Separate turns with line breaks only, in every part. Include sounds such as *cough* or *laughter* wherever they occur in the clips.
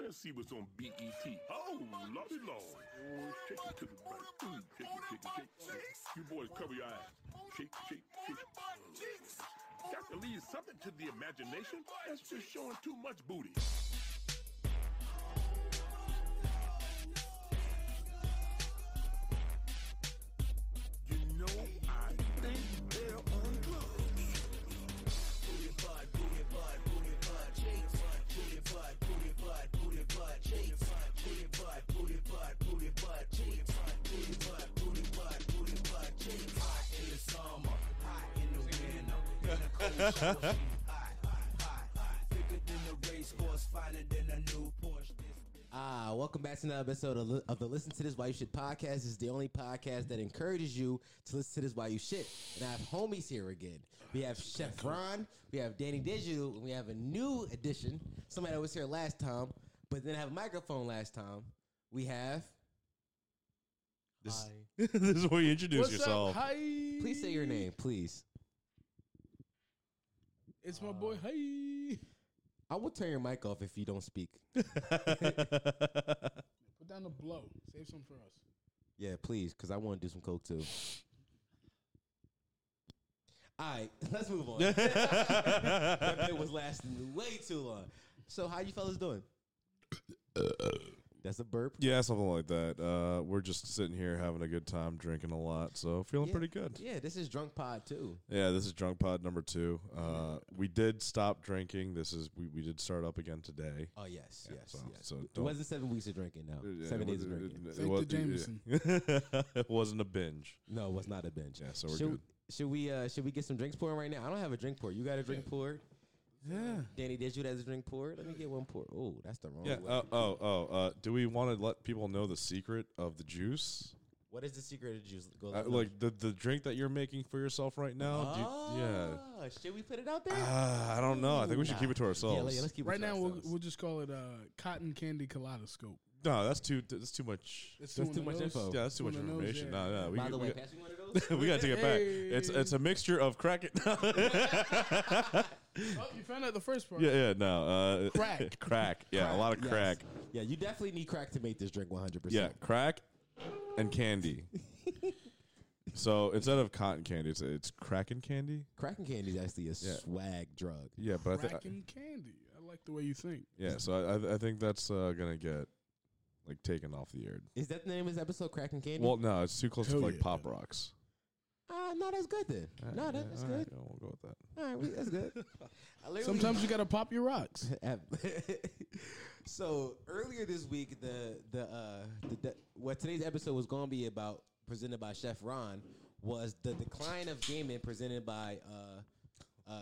Let's see what's on BET. Oh, lordy lord. Oh, Shake it to the right. Mm, Shake it, shake it, shake it. You boys cover your eyes. Shake, shake, shake. Got to leave something to the imagination. That's just showing too much booty. You know, I think they're on drugs.
Booty butt, booty butt, booty butt cheeks. Booty butt, booty butt, booty butt cheeks. Booty butt, booty butt, booty butt cheeks. Booty butt, booty butt, booty butt cheeks. Hot in the summer, hot in the winter, in the cold shower. she Hot, hot, hot, hot. Thicker than a racehorse, finer than a new Porsche. This
Ah, welcome back to another episode of, li- of the Listen to This Why You Should podcast. This is the only podcast that encourages you to listen to this while you should. And I have homies here again. We have Chef Ron, we have Danny Digital, and we have a new addition. Somebody that was here last time, but didn't have a microphone last time. We have,
This, this is where you introduce yourself.
Hi.
please say your name, please.
It's my boy. Hi.
I will turn your mic off if you don't speak.
Put down the blow. Save some for us.
Yeah, please, because I want to do some coke too. All right, *laughs* let's move on. that bit was lasting way too long. So, how you fellas doing? That's a burp.
Yeah, something like that. Uh, we're just sitting here having a good time, drinking a lot, so feeling pretty good. Yeah.
Yeah, this is drunk pod too.
this is drunk pod number two. Uh, we did stop drinking. This is we, we did start up again today. *laughs*
Oh yes, yes,
so-
yes.
so
it
don't-
wasn't seven weeks of drinking. No,
Yeah,
seven
it
days of
wasn't-
drinking.
it- it
Fake
wa-
the
*laughs*
Jameson.
it wasn't a binge.
No, it was not a binge.
Yeah, so we're
should,
good.
Should we? Uh, should we get some drinks pouring right now? I don't have a drink pour. You got a drink pour?
Yeah.
Danny, did you has a drink pour? Let me get one pour. Oh, that's the wrong.
Yeah.
way.
Uh, oh. Oh. Uh, do we want to let people know the secret of the juice?
what is the secret of juice? Go
Uh, like the the drink that you're making for yourself right now? Do you- yeah.
Oh, Should we put it out there?
Uh, I don't know. I think we should keep it to ourselves.
Yeah, yeah, let's keep it
Right
to
now, we'll,
ourselves.
we'll just call it uh, Cotton Candy
*laughs*
Kaleidoscope.
no, that's too. That's too much.
That's
on
too
the
much
nose.
info.
Yeah, that's too much
One of those,
information.
yeah.
No, no, we,
By the
we,
way,
got-
pass me one of those.
*laughs* we gotta take it back. It's
Hey.
it's a mixture of crack. yeah,
Oh, you found out the first part.
*laughs* yeah, no, uh, *laughs*
Crack.
crack. Yeah, a lot of
Yes.
crack.
Yeah, you definitely need crack to make this drink 100%.
Yeah, crack
*laughs*
and candy. so instead of cotton candy, it's it's crack and candy.
Cracking candy is actually a swag drug.
Yeah, but I think
Cracking candy. I like the way you think.
yeah, so I- I I think that's uh, gonna get like taken off the air.
Is that the name of this episode, Cracking Candy?
Well, no, it's too close to
Hell
like
yeah.
pop rocks.
uh, no, that's good then. No, that, that's
All
good.
right, yeah, we'll go with that.
All right, we, that's *laughs* good. I literally-
Sometimes you gotta pop
*laughs*
your rocks.
so earlier this week, the the, uh, the the what today's episode was going to be about, presented by Chef Ron, was the decline of gaming presented by uh, uh,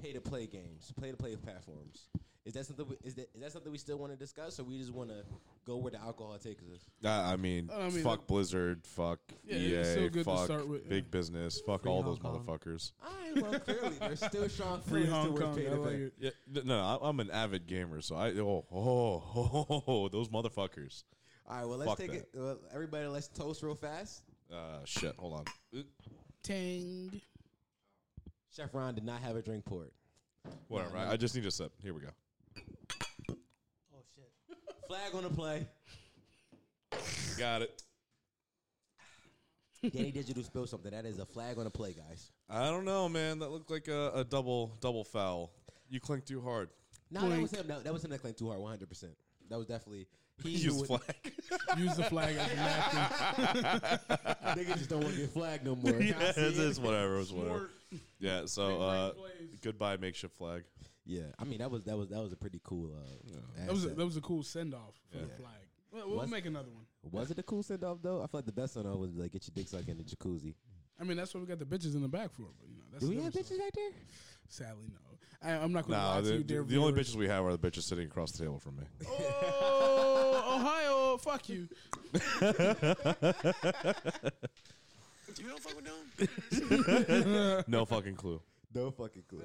pay to play games, play to play platforms. Is that something? We, is that is that something we still want to discuss, or we just want to go where the alcohol takes us?
Uh, I mean,
I mean,
fuck
that-
Blizzard, fuck
Yeah, it's
EA,
so good to
fuck
start with,
big
yeah.
business, fuck all those motherfuckers.
I well, clearly there's still strong
Free
feelings
Hong
towards
Kong.
pay
Um, I
to
like
play.
it.
Yeah, th- no, I, I'm an avid gamer, so I oh oh, oh, oh, *laughs* oh, those motherfuckers.
All right, well let's
Fuck
take
that.
it. Well, everybody, let's toast real fast.
Uh, shit, hold on. Uh,
Tang.
Chef Ron did not have a drink poured.
Whatever. I, I just need a sip. Here we go.
Oh shit.
Flag on the play.
Got it.
Danny Digital spilled something. That is a flag on the play, guys.
I don't know, man. That looked like a, a double double foul. You clinked too hard. *laughs*
No, that was him. No, that was him that claimed too hard, one hundred percent. That was definitely
*laughs*
he
Use
who-
*laughs*
flag.
Use the flag
*laughs*
as a napkin.
Nigga just don't want to get flagged no more.
*laughs* yeah, it's, it's whatever. It's whatever. Yeah. So
Big
uh,
brain plays.
goodbye, makeshift flag.
Yeah, I mean that was that was that was a pretty cool. Uh,
That was a,
asset.
that was a cool send off for the
Yeah.
flag. We'll, we'll
Was-
make another one.
was it a cool send off though? I feel like the best send off was like get your dick sucked in the jacuzzi.
I mean, that's what we got the bitches in the back for. But you know, that's
Do we
another
have
story.
bitches back there?
Sadly, no. I, I'm not going to
Nah,
lie to
the,
you, dear
the only
viewers.
bitches we have are the bitches sitting across the table from
*laughs*
me.
Oh, Ohio, fuck you.
You don't fuck with them?
No fucking clue.
No fucking clue.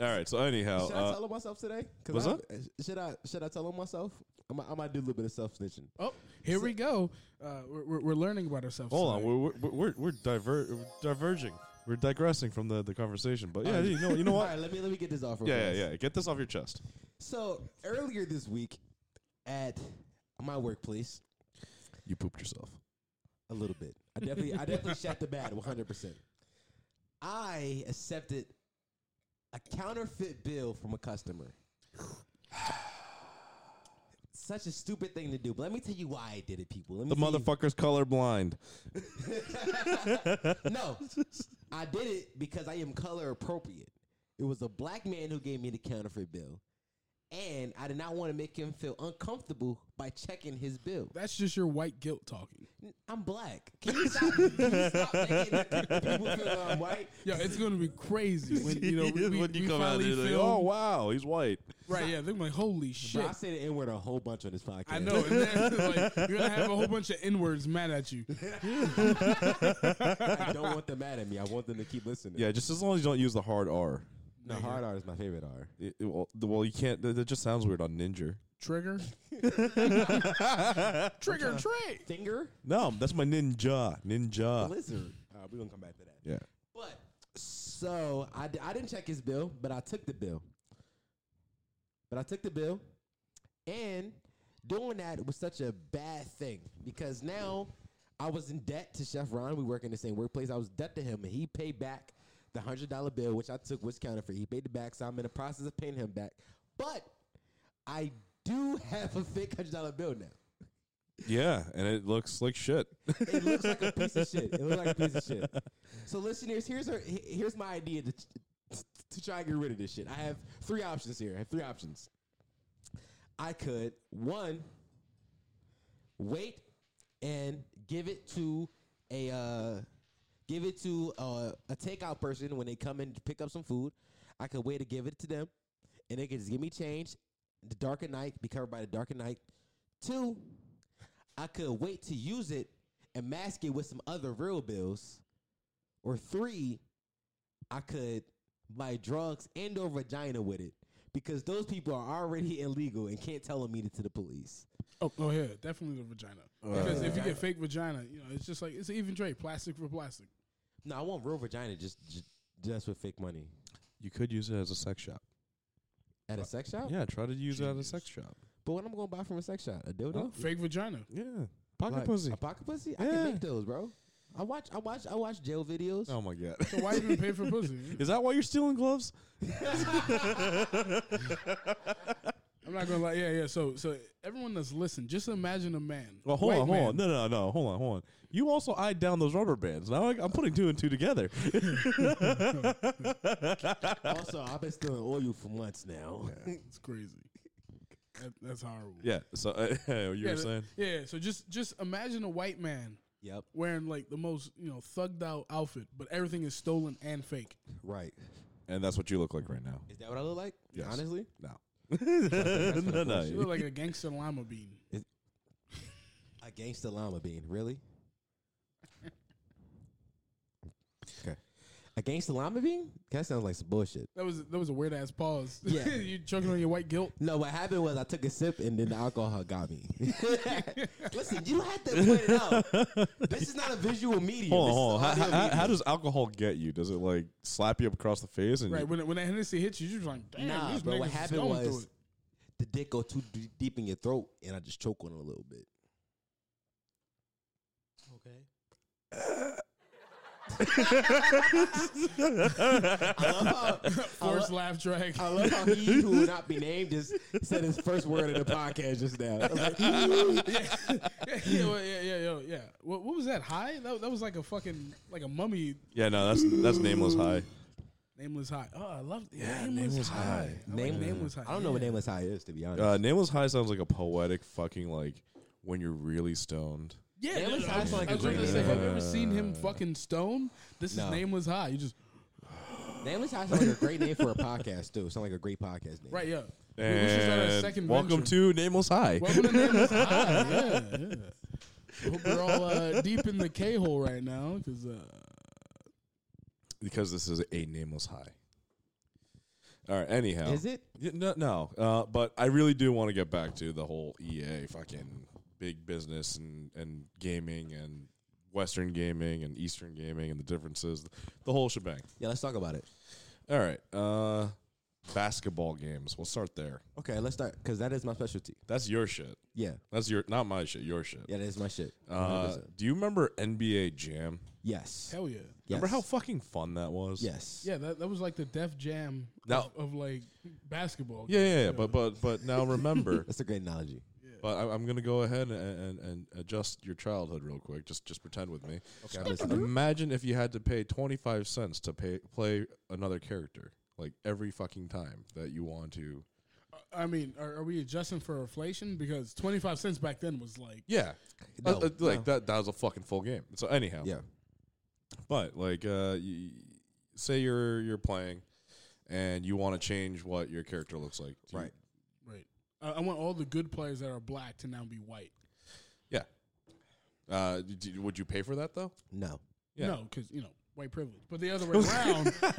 All right. So anyhow,
Should I
uh,
tell on myself today? 'Cause
what's
I-
up?
Should I should I tell on myself? I'm, I might do a little bit of self snitching.
Oh, here we go. Uh, we're, we're, we're learning about ourselves.
hold on.
today.
We're we're we're, we're, diver- we're diverging. We're digressing from the, the conversation. But yeah, Oh, you know you know *laughs*
All
what?
right, let me let me get this off. real
Yeah,
fast.
yeah, yeah. Get this off your chest.
So earlier this week, at my workplace
You pooped yourself.
a little bit. I definitely, I definitely shot the bad 100. percent I accepted a counterfeit bill from a customer. Such a stupid thing to do. But let me tell you why I did it, people. Let me
The
tell you-
motherfucker's *laughs* colorblind.
*laughs* No, I did it because I am color appropriate. It was a black man who gave me the counterfeit bill, and I did not want to make him feel uncomfortable by checking his bill.
That's just your white guilt talking.
I'm black. Can you stop, can you stop making people feel that I'm white?
Yo, it's gonna be crazy when you
*laughs*
know we, we,
When you
we
come out,
finally
they're like,
film-
Oh wow, he's white.
right. Yeah, they're gonna be like, holy shit.
Bro, I say the N word a whole bunch on this podcast.
I know.
*laughs*
And then, like, you're gonna have a whole bunch of N words mad at you.
I don't want them mad at me. I want them to keep listening.
Yeah, just as long as you don't use the hard R.
No, hard R is my favorite R.
It- it- well, the- well, you can't. That, that just sounds weird on Ninja.
Trigger. Trigger trait.
Finger?
No, that's my ninja. Ninja.
Blizzard. Uh, we're going to come back to that.
Yeah.
But, so, I, d- I didn't check his bill, but I took the bill. But I took the bill, and doing that was such a bad thing because now I was in debt to Chef Ron. We work in the same workplace. I was debt to him, and he paid back the hundred dollar bill, which I took was counterfeit. He paid it back, so I'm in the process of paying him back. But I do have a fake hundred dollar bill now.
*laughs* Yeah, and it looks like shit.
It looks like a piece of shit. It looks like a piece of shit. So, listeners, here's our, he- here's my idea to, to try and get rid of this shit. I have three options here. I have three options. I could one wait and give it to a uh, give it to uh, a takeout person when they come in to pick up some food. I could wait to give it to them, and they could just give me change. The dark at night be covered by the dark at night. Two, I could wait to use it and mask it with some other real bills. Or three, I could buy drugs and or vagina with it because those people are already *laughs* illegal and can't telemedicine to the police.
Oh, oh yeah, definitely the vagina. Because if you get fake vagina, you know, it's just like it's an even trade, plastic for plastic.
No, I want real vagina just just, just with fake money
*laughs* You could use it as a sex shop.
at a sex shop.
Yeah, try to use it at a sex shop.
But what I'm going to buy from a sex shop? A dildo?
Fake vagina.
Yeah, pocket
Like,
pussy.
A Oh, pocket pussy? I can
Yeah.
make those, bro. I watch I watch I watch jail videos.
Oh my god. *laughs*
So why even pay for pussy?
Is that why you're stealing gloves?
I'm not gonna lie. Yeah, yeah. So, so everyone that's listening, just imagine a man.
Well, hold
white
on, hold on.
man.
No, no, no, hold on, hold on. You also eyed down those rubber bands. Now I, I'm putting two and two together. *laughs*
also, I've been stealing oil for months now. *laughs*
It's crazy. That, that's horrible.
yeah. So uh, *laughs* you
yeah,
were
th-
saying?
yeah. So just, just imagine a white man
Yep.
wearing like the most, you know, thugged out outfit, but everything is stolen and fake.
Right.
And that's what you look like right now.
Is that what I look like?
Yes.
Honestly?
No. *laughs* no,
You look
no.
like a gangster llama bean.
A gangsta llama bean, really? okay. A gangsta llama bean? That sounds like some bullshit.
That was that was a weird ass pause.
Yeah.
*laughs* you choking on your white guilt.
No, what happened was I took a sip and then the alcohol got me. *laughs* Listen, you don't have to point it out. This is not a visual medium.
Hold on,
This is audio
hold on. How, how,
medium.
how does alcohol get you? Does it like slap you up across the face? And
Right
you-
when when that Hennessy hits you, you're just like, damn,
Nah,
these
bro.
niggas
What
is
happened
going through
was
it.
the dick go too d- deep in your throat, and I just choke on it a little bit.
Okay.
I love how,
forced laugh track.
I love how he who will not be named just said his first word in the podcast just now. I was like,
*laughs* yeah, *laughs* yeah, well, yeah, yeah, yo, yeah. What, what was that? High? That, that was like a fucking like a mummy
yeah, no, that's that's nameless high.
nameless high. Oh, I love
Yeah,
yeah, nameless,
Nameless
high.
High.
I like nameless high.
I don't know what nameless high is to be honest.
Uh, nameless high sounds like a poetic fucking like when you're really stoned.
Yeah,
Nameless
dude,
High
I was,
is like
I
a
was gonna
drink.
say, have you ever seen him fucking stone? This
No.
is nameless high. You just
nameless high sounds like a great name for a podcast too. Sounds like a great podcast name.
right, yeah. We- we should start a
And
second
welcome
venture.
to Nameless High.
welcome to nameless high. Yeah, yeah. I hope we're all uh, deep in the K hole right now because uh,
because this is a nameless high. All right. Anyhow,
Is it?
Yeah, no, no. Uh, but I really do want to get back to the whole EA fucking big business and and gaming and Western gaming and Eastern gaming and the differences, the whole shebang.
Yeah, let's talk about it.
All right. Uh, basketball games. We'll start there.
Okay, let's start because that is my specialty.
That's your shit.
Yeah,
That's your not my shit. Your shit.
yeah, that is my shit.
Uh,
100%.
do you remember NBA Jam?
yes.
Hell yeah.
Remember
Yes.
how fucking fun that was?
Yes.
Yeah, that, that was like the Def Jam
Now-
of, of like basketball.
Yeah, yeah, yeah.
You know?
But but but
*laughs*
now remember.
That's a great analogy.
but I, I'm gonna go ahead and, and and adjust your childhood real quick. Just just pretend with me.
Okay, I'm listening.
Imagine if you had to pay 25 cents to pay play another character like every fucking time that you want to.
I mean, are, are we adjusting for inflation? Because twenty five cents back then was like
Yeah.
No,
Uh, uh, like
no.
that that was a fucking full game. So anyhow.
Yeah.
But like uh you, say you're you're playing and you want to change what your character looks like. Do you-
Right.
right. I I want all the good players that are black to now be white.
yeah. Uh, d- d- would you pay for that though?
No.
Yeah.
No, because you know white privilege. But the other way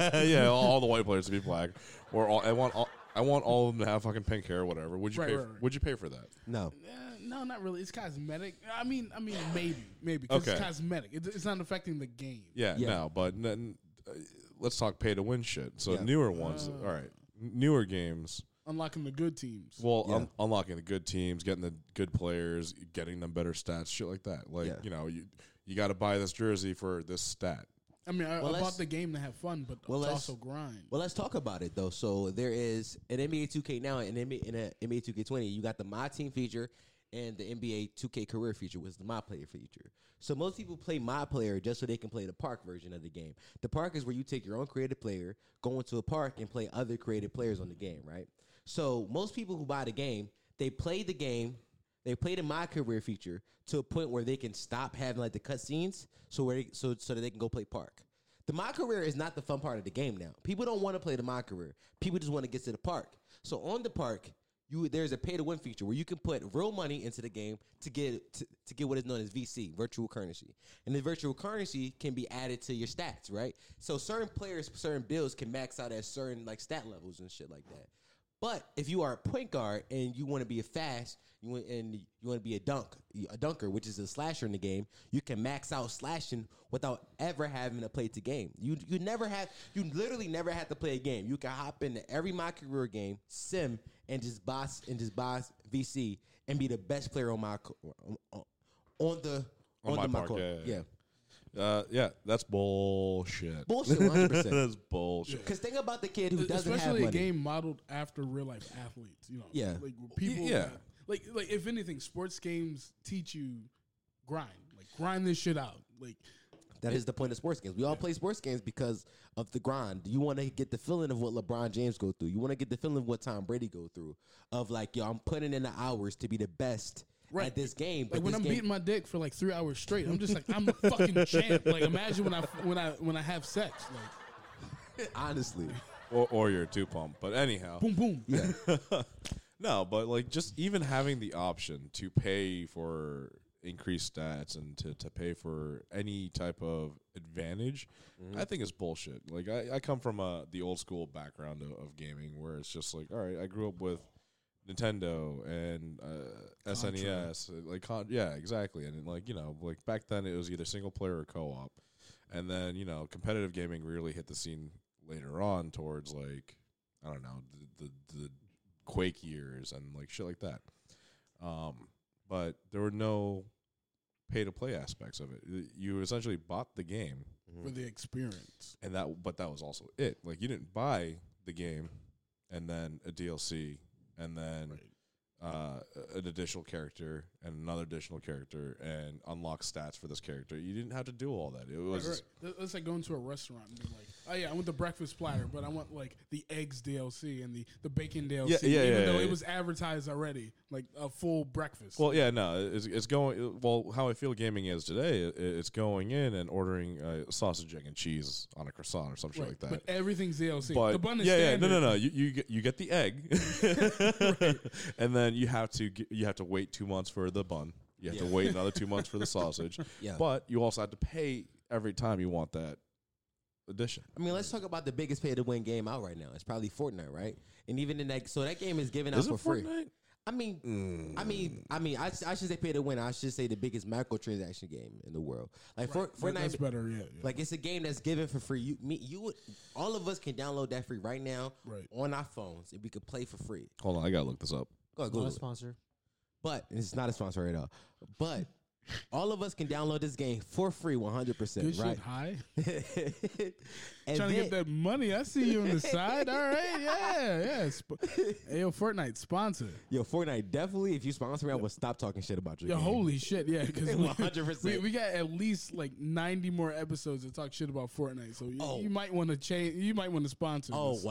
*laughs*
around,
yeah, all, all the white players to be black, or all, I want all, I want all of them to have fucking pink hair, or whatever. Would you
Right,
pay?
right,
for,
right.
Would you pay for that?
No.
eh, no, not really. It's cosmetic. I mean, I mean, maybe, maybe 'cause
Okay.
it's cosmetic. It, it's not affecting the game.
Yeah,
Yeah.
no, but then, uh, let's talk pay to win shit. So
Yeah. Uh.
newer ones, all right, n- newer games.
Unlocking the good teams.
Well,
Yeah.
un- unlocking the good teams, getting the good players, getting them better stats, shit like that. Like
Yeah.
you know, you you got to buy this jersey for this stat.
I mean, I,
Well,
I
let's-
bought the game to have fun, but
Well,
it's
let's-
also grind.
Well, let's talk about it though. So there is an NBA 2K now and NBA, in a NBA 2K20. You got the My Team feature and the NBA 2K Career feature, which is the My Player feature. So most people play My Player just so they can play the park version of the game. The park is where you take your own creative player, go into a park, and play other creative players on the game, right? So most people who buy the game, they play the game. They play the my career feature to a point where they can stop having like the cutscenes, so where they, so so that they can go play park. The my career is not the fun part of the game now. People don't want to play the my career. People just want to get to the park. So on the park, you there's a pay to win feature where you can put real money into the game to get to, to get what is known as VC, virtual currency. And the virtual currency can be added to your stats, right? So certain players, certain builds can max out at certain like stat levels and shit like that. But if you are a point guard and you want to be a fast, you want, and you want to be a dunk, a dunker, which is a slasher in the game, you can max out slashing without ever having to play to game. You you never have you literally never have to play a game. You can hop into every my career game, sim, and just boss and just boss VC and be the best player on my co- on, on- on the
On
on,
my
the my
park,
court.
yeah, yeah,
yeah.
yeah. Uh, yeah, that's bullshit.
bullshit, one hundred percent.
*laughs* that's bullshit.
Because think about the kid who doesn't
E, especially
have money.
a game modeled after real life athletes. You know,
Yeah.
like people.
yeah.
that- like like if anything, sports games teach you grind, like grind this shit out. Like
That is the point of sports games. We all play sports games because of the grind. You want to get the feeling of what LeBron James go through. You want to get the feeling of what Tom Brady go through. Of like, yo, I'm putting in the hours to be the best
Right.
at this game.
like when
this
I'm
game-
beating my dick for like three hours straight, I'm just like I'm
*laughs*
the fucking champ. Like imagine when I when I when I have sex, like *laughs*
honestly,
Or, or you're too pumped. But anyhow,
boom boom. *laughs* Yeah,
Mm-hmm. no, but like just even having the option to pay for increased stats and to, to pay for any type of advantage, I think is bullshit. Like I, I come from a the old school background of, of gaming where it's just like, all right, I grew up with Nintendo and uh, SNES, uh, like con- yeah, exactly. And like you know, like back then it was either single player or co op, and then you know, competitive gaming really hit the scene later on towards like I don't know the the, the Quake years and like shit like that. Um, but there were no pay to play aspects of it. Y- You essentially bought the game,
for the experience.
and that but that was also it. Like you didn't buy the game and then a DLC and then uh, an additional character and another additional character and unlock stats for this character. You didn't have to do all that. It was
Right. Th- That's like going to a restaurant and be like, oh yeah, I want the breakfast platter, but I want like the eggs DLC and the, the bacon DLC.
Yeah, yeah,
even
yeah,
though
yeah,
it
yeah.
was advertised already, like a full breakfast.
Well, yeah, no, it's, it's going well. How I feel gaming is today, i- it's going in and ordering uh, sausage, egg, and cheese on a croissant or some shit
Right.
like that.
But everything's DLC.
But
the bun is
yeah, yeah, no,
standard.
no, no. You you get, you get the egg,
*laughs*
*laughs* and then you have to get, you have to wait two months for the bun. You have to
Yeah.
*laughs*
wait another two months for the sausage.
Yeah.
But you also have to pay every time you want that addition.
I mean, let's talk about the biggest pay to win game out right now. It's probably Fortnite, right? And even in that, so that game is given out
Is it
for free.
Fortnite?
I mean, I mean, I mean, I, sh- I should say pay to win. I should say the biggest microtransaction game in the world. Like for
That- that's
Fortnite,
better. Yeah, yeah.
like it's a game that's given for free. You, me, you, would, all of us can download that free right now
Right.
on our phones, and we could play for free.
Hold on, I gotta look this up.
Go
Not
ahead, Google
a
it.
sponsor.
But and it's not a sponsor at all. But all of us can download this game for free, one hundred
good
percent,
shit.
right?
High.
and
Trying to
then-
get that money. I see you on the side. All right. Yeah. Yeah.
*laughs*
Sp- hey, yo, Fortnite sponsor.
Yo, Fortnite definitely. If you sponsor me, I will stop talking shit about you.
Yeah, holy shit. Yeah,
*laughs*
because
100%.
we, we got at least like ninety more episodes to talk shit about Fortnite. So you,
Oh.
you might want to change. You might want to sponsor.
Oh,
us.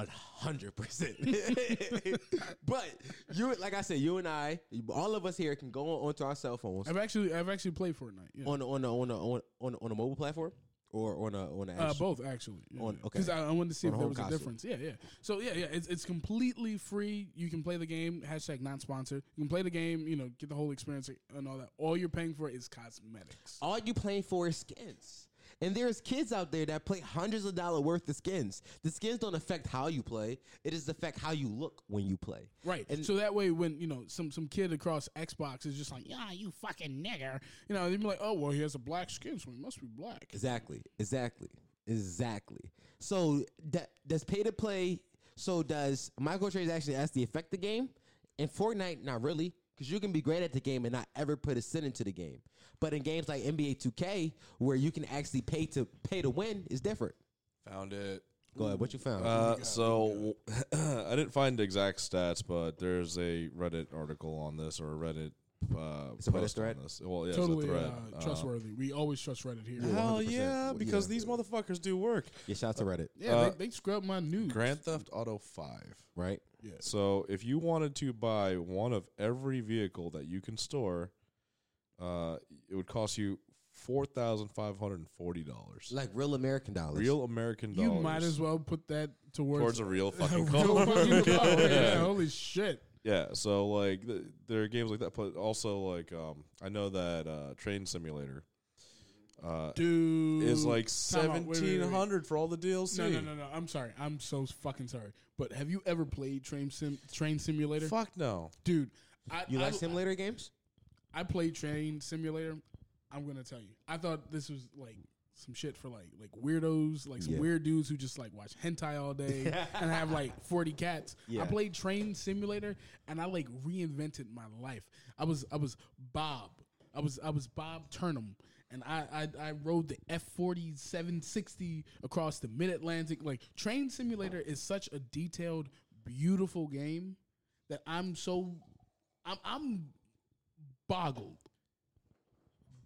100%. *laughs* but you, like I said, you and I, all of us here can go on, onto our cell phones
I've actually I've actually played Fortnite. Yeah.
on on a, on a, on on on a mobile platform or on a on a
Uh,
actual-
both actually.
On- okay.
Because I, I wanted to see
On
if
a
there
home
was
console.
a difference. Yeah, yeah. So yeah, yeah. It's, it's completely free. You can play the game. Hashtag not sponsored. You can play the game. You know, get the whole experience and all that. All you're paying for is cosmetics.
all you playing for is skins. And there's kids out there that play hundreds of dollar worth of skins. The skins don't affect how you play; it is affect how you look when you play.
Right.
And
so that way, when you know some some kid across Xbox is just like, yeah, you fucking nigger, you know, they'd be like, oh well, he has a black skin, so he must be black.
exactly, exactly, exactly. So that does pay to play. So does microtransaction actually affect the game? In Fortnite, not really, because you can be great at the game and not ever put a cent into the game. But in games like NBA 2K, where you can actually pay to pay to win, is different.
Found it.
Go ahead. What you found?
Uh, so *laughs* I didn't find the exact stats, but there's a Reddit article on this or a Reddit. Uh,
It's a Reddit
post on
thread?
this. Well, yeah,
totally
it's a thread.
uh, trustworthy. we always trust Reddit here.
Uh, hell
100%.
yeah, because these motherfuckers do work.
yeah, shout out to Reddit,
Yeah,
Uh,
they, they scrubbed my news.
Grand Theft Auto Five.
right?
So if you wanted to buy one of every vehicle that you can store, uh, it would cost you four thousand five hundred and forty dollars.
Like real American dollars.
Real American
you
dollars.
might as well put that towards, *laughs*
towards a real fucking
Real
car.
fucking
*laughs*
car.
yeah.
Oh, yeah, holy shit.
Yeah, So like th- there are games like that, but also like um, I know that uh, Train Simulator uh,
Dude.
is like
Time out. Wait, wait, wait,
seventeen hundred for all the DLC.
No, no, no, no. I'm sorry. I'm so fucking sorry. But have you ever played Train Sim Train Simulator?
Fuck no.
Dude, I,
You
I,
like simulator games?
I played Train Simulator. I'm gonna tell you. I thought this was like some shit for like like weirdos, like some
Yeah.
weird dudes who just like watch hentai
*laughs*
all day and have like 40 cats.
Yeah.
I played Train Simulator and I like reinvented my life. I was I was Bob. I was I was Bob Turnham. And I, I, I rode the F forty seven sixty across the mid Atlantic. Like Train Simulator is such a detailed, beautiful game that I'm so I'm I'm boggled.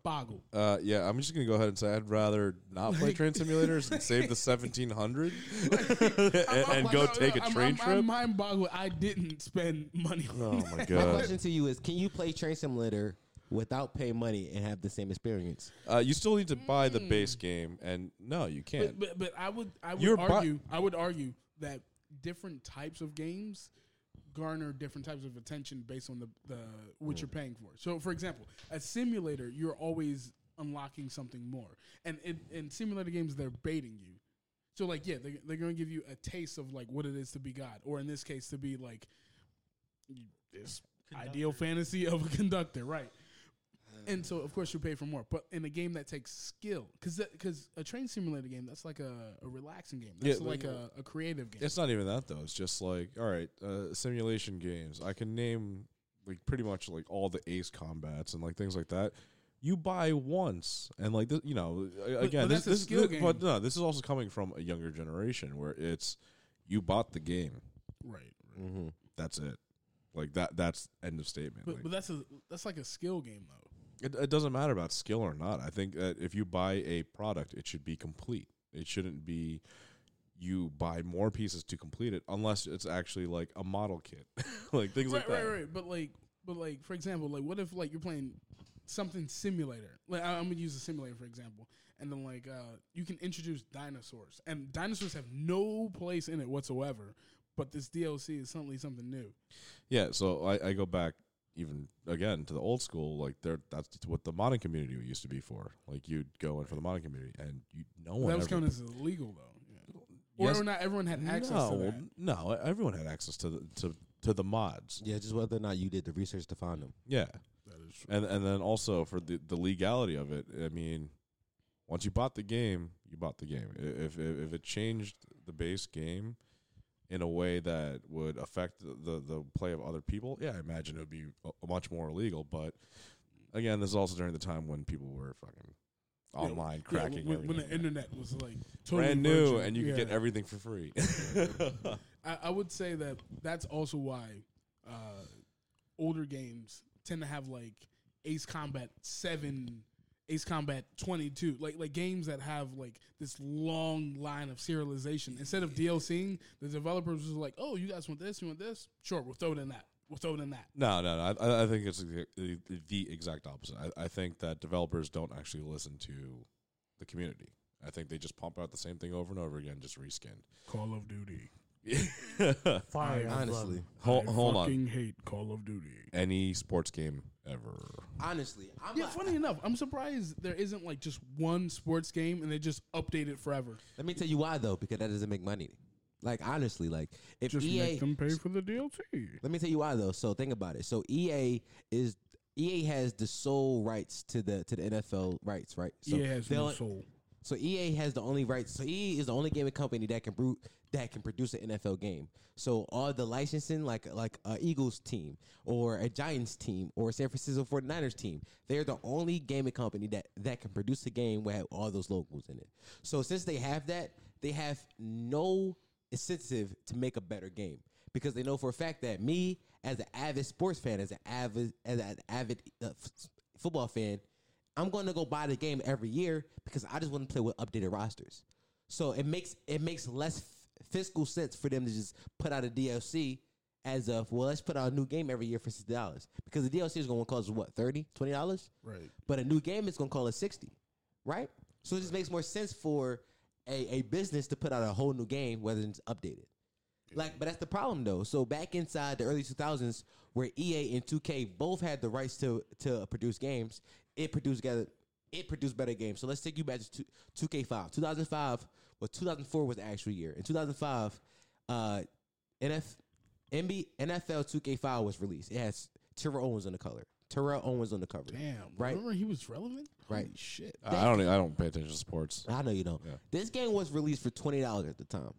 Boggled.
Uh, yeah, I'm just gonna go ahead and say I'd rather not play train simulators and
*laughs*
save the 1700 and, *laughs* and go take a train
I'm, I'm
trip.
mind boggled. I didn't spend money on
Oh my
My
*laughs*
god!
question to you is: Can you play Train Simulator without paying money and have the same experience?
Uh, you still need to buy the base
Mm.
game, and no, you can't.
But, but but I would I would
You're bu-
argue I would argue that different types of games garner different types of attention based on the, the what
Mm.
you're paying for. So for example, a simulator you're always unlocking something more. And in, in simulator games they're baiting you. So like yeah, they they're going to give you a taste of like what it is to be God or in this case to be like you- this ideal fantasy of a conductor, right? And so, of course, you pay for more. But in a game that takes skill, because because a train simulator game, that's like a, a relaxing game. That's
Yeah,
like
but-
a, a creative game.
it's not even that though. It's just like all right, uh, simulation games. I can name like pretty much like all the Ace combats and like things like that. You buy once, and like this, you know, a- again,
but
this,
that's a
this,
skill
this- but
game.
no, this is also coming from a younger generation where it's you bought the game.
right.
that's it. Like that. That's end of statement.
But,
Like,
but that's a that's like a skill game though.
it, it doesn't matter about skill or not. I think that if you buy a product, it should be complete. It shouldn't be you buy more pieces to complete it, unless it's actually like a model kit, *laughs* like things like
right,
that.
right, right. But like, but like, for example, like, what if like you're playing something simulator? Like, I, I'm gonna use a simulator for example, and then like, uh, you can introduce dinosaurs, and dinosaurs have no place in it whatsoever. But this DLC is suddenly something new.
Yeah. So I, I go back even again to the old school. Like there, that's what the modding community used to be for. Like you'd go in for the modding community, and you no one
that was
ever-
counted as illegal though. Yeah. Or
Yes.
not everyone had access
no,
to that.
no, everyone had access to the, to to the mods.
Yeah, just whether or not you did the research to find them.
Yeah, and and then also for the the legality of it. I mean, once you bought the game, you bought the game. I- If if, if it changed the base game in a way that would affect the, the the play of other people, yeah, I imagine it would be a- much more illegal. But again, this is also during the time when people were fucking online
Yeah,
cracking
when, when the
everything.
internet was like totally
Brand new,
virgin.
and you could get
Yeah.
everything for free. *laughs*
I, I would say that that's also why uh, older games tend to have like Ace Combat Seven, Ace Combat Twenty Two, like like games that have like this long line of serialization. Instead of DLCing, the developers was like, "Oh, you guys want this? You want this? Sure, we'll throw it in that. We'll throw it in that."
No, no, no. I- I, I think it's the, the- the exact opposite. I, I think that developers don't actually listen to the community. I think they just pump out the same thing over and over again, just reskinned.
Call of Duty.
Fire.
Honestly,
Hold, hold on.
hate Call of Duty.
Any sports game ever.
honestly, I'm
Yeah,
not-
funny enough, I'm surprised there isn't like just one sports game and they just update it forever.
Let me tell you why though, because that doesn't make money. Like honestly, like if EA,
pay for the DLC.
let me tell you why though. So think about it. So EA is EA has the sole rights to the to the NFL rights, right? So
yeah, it's
they'll-
E no soul.
So EA has the only rights. So EA is the only gaming company that can brew, that can produce an NFL game. So all the licensing, like like a Eagles team or a Giants team or a San Francisco 49ers team, they're the only gaming company that that can produce a game with all those logos in it. So since they have that, they have no incentive to make a better game because they know for a fact that me as an avid sports fan, as an avid as an avid uh, f- football fan, I'm going to go buy the game every year because I just want to play with updated rosters. So it makes it makes less f- fiscal sense for them to just put out a DLC as of well, let's put out a new game every year for sixty dollars because the DLC is going to cost what 30 dollars,
Right.
But a new game is going to cost us sixty, right? So it just makes more sense for a, a business to put out a whole new game whether it's updated. Like, but that's the problem though. So back inside the early 2000s, where EA and 2K both had the rights to to produce games, it produced better. It produced better games. So let's take you back to 2, 2K5. 2005, well, 2004 was the actual year. In 2005, uh, NF, NB, NFL 2K5 was released. It has Terrell Owens on the color. Terrell Owens on the cover.
Damn.
Right.
Remember he was relevant?
Right.
Holy shit.
I don't. e, I don't pay attention to sports.
I know you don't.
Yeah.
This game was released for twenty dollars at the time.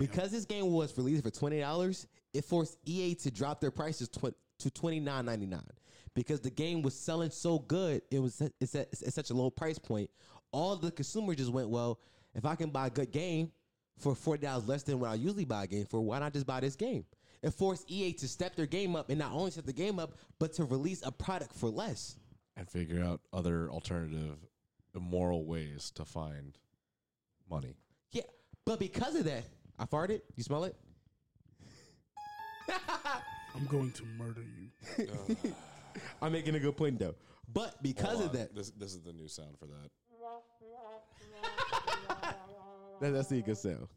Because this game was released for twenty dollars, it forced EA to drop their prices tw- to twenty nine ninety nine. Because the game was selling so good, it was at- it's at, it's at such a low price point. All the consumers just went, well, if I can buy a good game for forty dollars less than what I usually buy a game for, why not just buy this game? It forced EA to step their game up, and not only step the game up, but to release a product for less.
And figure out other alternative, immoral ways to find money.
Yeah, but because of that, I farted. You smell it?
I'm going to murder you.
I'm making a good point though. But because of that,
This, this is the new sound for that.
that that's the good sound.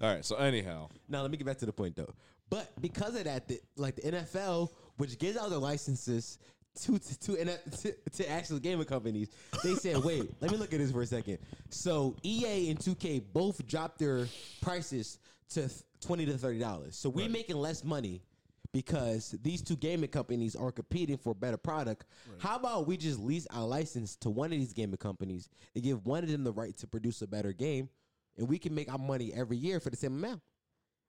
All right. So anyhow,
Now let me get back to the point though. But because of that, the, like the NFL, which gives out their licenses to to to, NF to to actual gaming companies, they said, "Wait, let me look at this for a second. So EA and 2K both dropped their prices to th- twenty to thirty dollars. So we're making less money because these two gaming companies are competing for a better product. How about we just lease our license to one of these gaming companies and give one of them the right to produce a better game, and we can make our money every year for the same amount."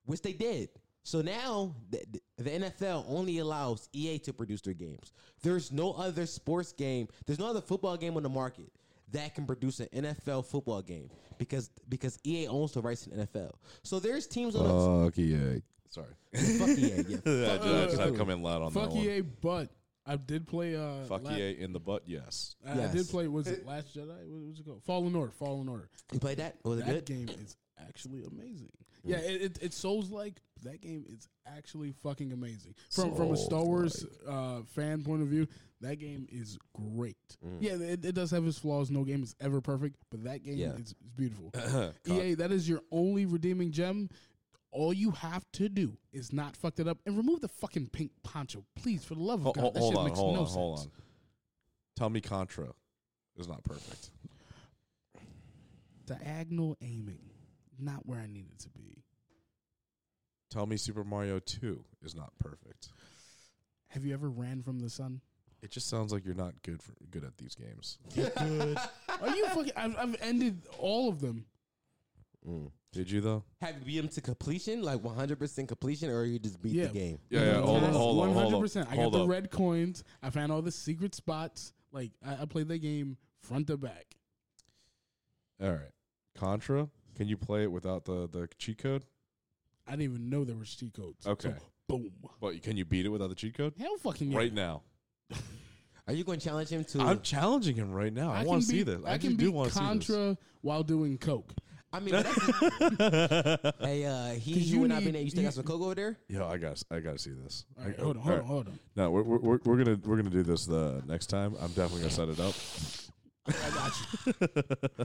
which they did. So now the, the NFL only allows EA to produce their games. There's no other sports game. There's no other football game on the market that can produce an NFL football game because because EA owns the rights in NFL. So there's teams on
Uh.
the
yeah. Sorry.
*laughs*
*laughs*
fuck EA, yeah.
I just, I just had to come in loud on
Fuck
that one.
EA, but I did play. Uh,
Fuck E
la-
EA in the butt. Yes.
I, I did
Yes.
play. Was *laughs* it Last Jedi? What was it called? Fallen Order. Fallen Order.
You played that? Was it good?
That game is actually amazing. Yeah, it, it, it's Souls like. That game is actually fucking amazing. From from a Star Wars uh, fan point of view, that game is great.
Mm.
Yeah, it, it does have its flaws. No game is ever perfect, but that game
Yeah.
is, is
*laughs*
beautiful. EA, that is your only redeeming gem. All you have to do is not fuck it up and remove the fucking pink poncho, please, for the love of
Ho-
God.
ho-
that
hold
shit
on,
makes
hold
no
on,
sense.
hold on. Tell me Contra is not perfect.
Diagonal aiming, not where I need it to be.
Tell me Super Mario 2 is not perfect.
Have you ever ran from the sun?
It just sounds like you're not good for, good at these games.
Are you fucking? I've, I've ended all of them.
Did you though?
Have you beat him to completion, like 100% completion, or you just beat
Yeah.
the game?
Yeah, yeah. Hold up, hold up, hold up.
100%. I got
hold
the
up.
red coins. I found all the secret spots. Like I, I played that game front to back.
All right, Contra. Can you play it without the the cheat code?
I didn't even know there was cheat codes.
Okay.
So, boom.
But can you beat it without the cheat code?
Hell fucking yeah.
Right now,
Are you going to challenge him to?
I'm challenging him right now. I,
can
want to see
beat-
this.
I,
I,
can
can do
beat
want to see this.
Contra while doing coke.
I mean, that's, *laughs*
*laughs*
hey, uh, he,
'Cause
you
you
and I been
need-
there. You still
you-
got some coke over there?
Yo, I got I got to see this.
All right,
I-
hold on,
all
hold on,
right.
hold on.
No, we're, we're, we're, we're gonna we're gonna do this the next time. I'm definitely gonna set it up. *laughs*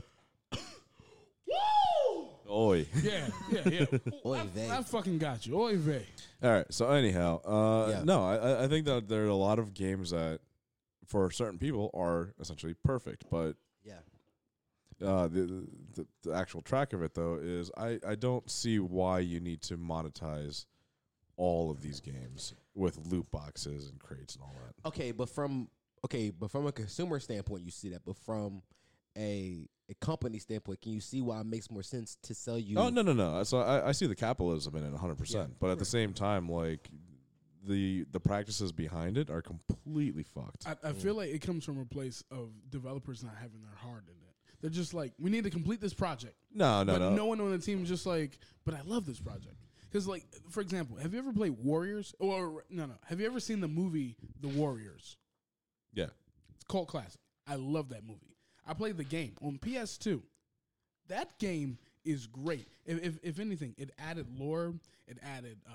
Oi.
Yeah, yeah, yeah.
*laughs*
Oy vey.
I, I fucking got you. Oy vey.
All right. So anyhow, uh,
Yeah.
no, I- I, I think that there are a lot of games that, for certain people, are essentially perfect. But
Yeah.
uh, the, the the actual track of it though is I I don't see why you need to monetize all of these games with loot boxes and crates and all that.
Okay, but from okay, but from a consumer standpoint, you see that. But from a a company standpoint, can you see why it makes more sense to sell you?
Oh no no no! So I, I see the capitalism in it 100, percent but at the same time, like the the practices behind it are completely fucked.
I, I feel like it comes from a place of developers not having their heart in it. They're just like, we need to complete this project.
no no
but
no.
no one on the team is just like, but I love this project. Because, like, for example, have you ever played Warriors? Or, no, no. Have you ever seen the movie The Warriors?
yeah.
It's a cult classic. I love that movie. I played the game on PS2. That game is great. If, if, if anything, it added lore, it added uh,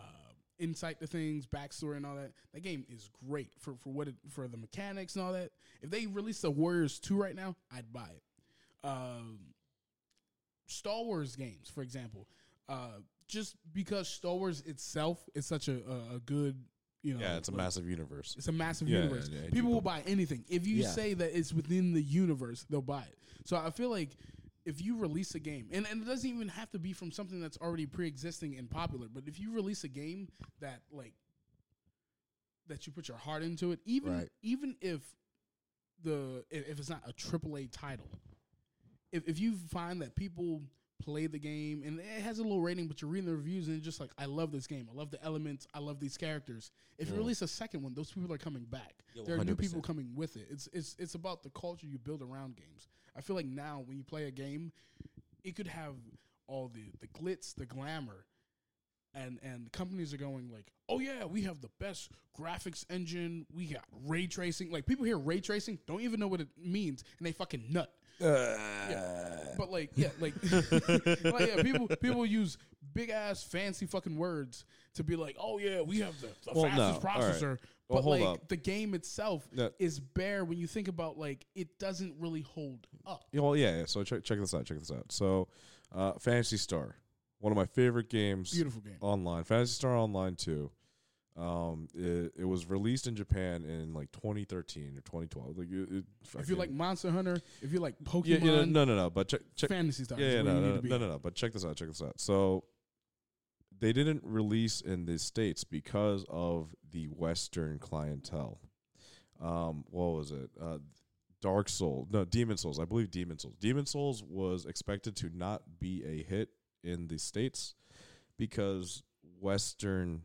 insight to things, backstory, and all that. That game is great for, for what it, for the mechanics and all that. If they released the Warriors 2 right now, I'd buy it. Um, Star Wars games, for example, uh, just because Star Wars itself is such a, a, a good, you know,
Yeah, it's a
like-
massive universe.
it's a massive
Yeah,
universe.
yeah, yeah, I do
People will
know.
buy anything. If you
Yeah.
say that it's within the universe, they'll buy it. So I feel like if you release a game, and, and it doesn't even have to be from something that's already pre existing and popular, but if you release a game that like that you put your heart into it, even
Right.
even if the i- if it's not a triple A title, if if you find that people play the game and it has a low rating, but you're reading the reviews and it's just like, I love this game, I love the elements, I love these characters. If you release a second one, those people are coming back.
Yeah,
there are new
100%.
people coming with it. It's it's it's about the culture you build around games. I feel like now when you play a game, it could have all the the glitz, the glamour, and and companies are going like, oh yeah, we have the best graphics engine. We got ray tracing. Like people hear ray tracing, don't even know what it means, and they fucking nut. Yeah. But like, yeah, like, *laughs* like yeah, people people use big ass fancy fucking words to be like, oh yeah, we have the, the
Well,
fastest
no, all right.
processor.
Well,
But
hold
like
up.
the game itself
No.
is bare when you think about like it doesn't really hold up.
Yeah, well, yeah, yeah. So check check this out. Check this out. So, uh, Fantasy Star, one of my favorite games.
Beautiful game.
Online, Fantasy Star Online too. Um, it, it was released in Japan in like 2013 or 2012. Like, it, it
If you
fucking-
like Monster Hunter, if you like Pokemon,
yeah, yeah, no, no, no. But check check.
fantasy stuff.
yeah,
is
yeah,
where
no,
you need
no,
to be.
no, no, no. But check this out. Check this out. So, they didn't release in the states because of the Western clientele. Um, what was it? Uh, Dark Souls, no, Demon Souls. I believe Demon Souls. Demon Souls was expected to not be a hit in the states because Western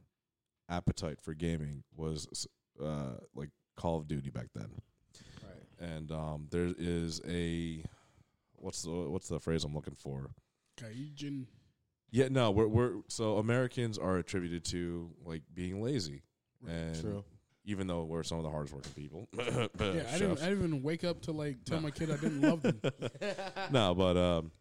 appetite for gaming was uh, like Call of Duty back then. Right. And um, there is a what's the what's the phrase I'm looking for?
Gaijin.
Yeah, no, we're we're so Americans are attributed to like being lazy, and uh,
True.
even though we're some of the hardest working people, *coughs*
Yeah, I didn't, I didn't even wake up to like tell my kid I didn't love
*laughs*
them.
no, but um,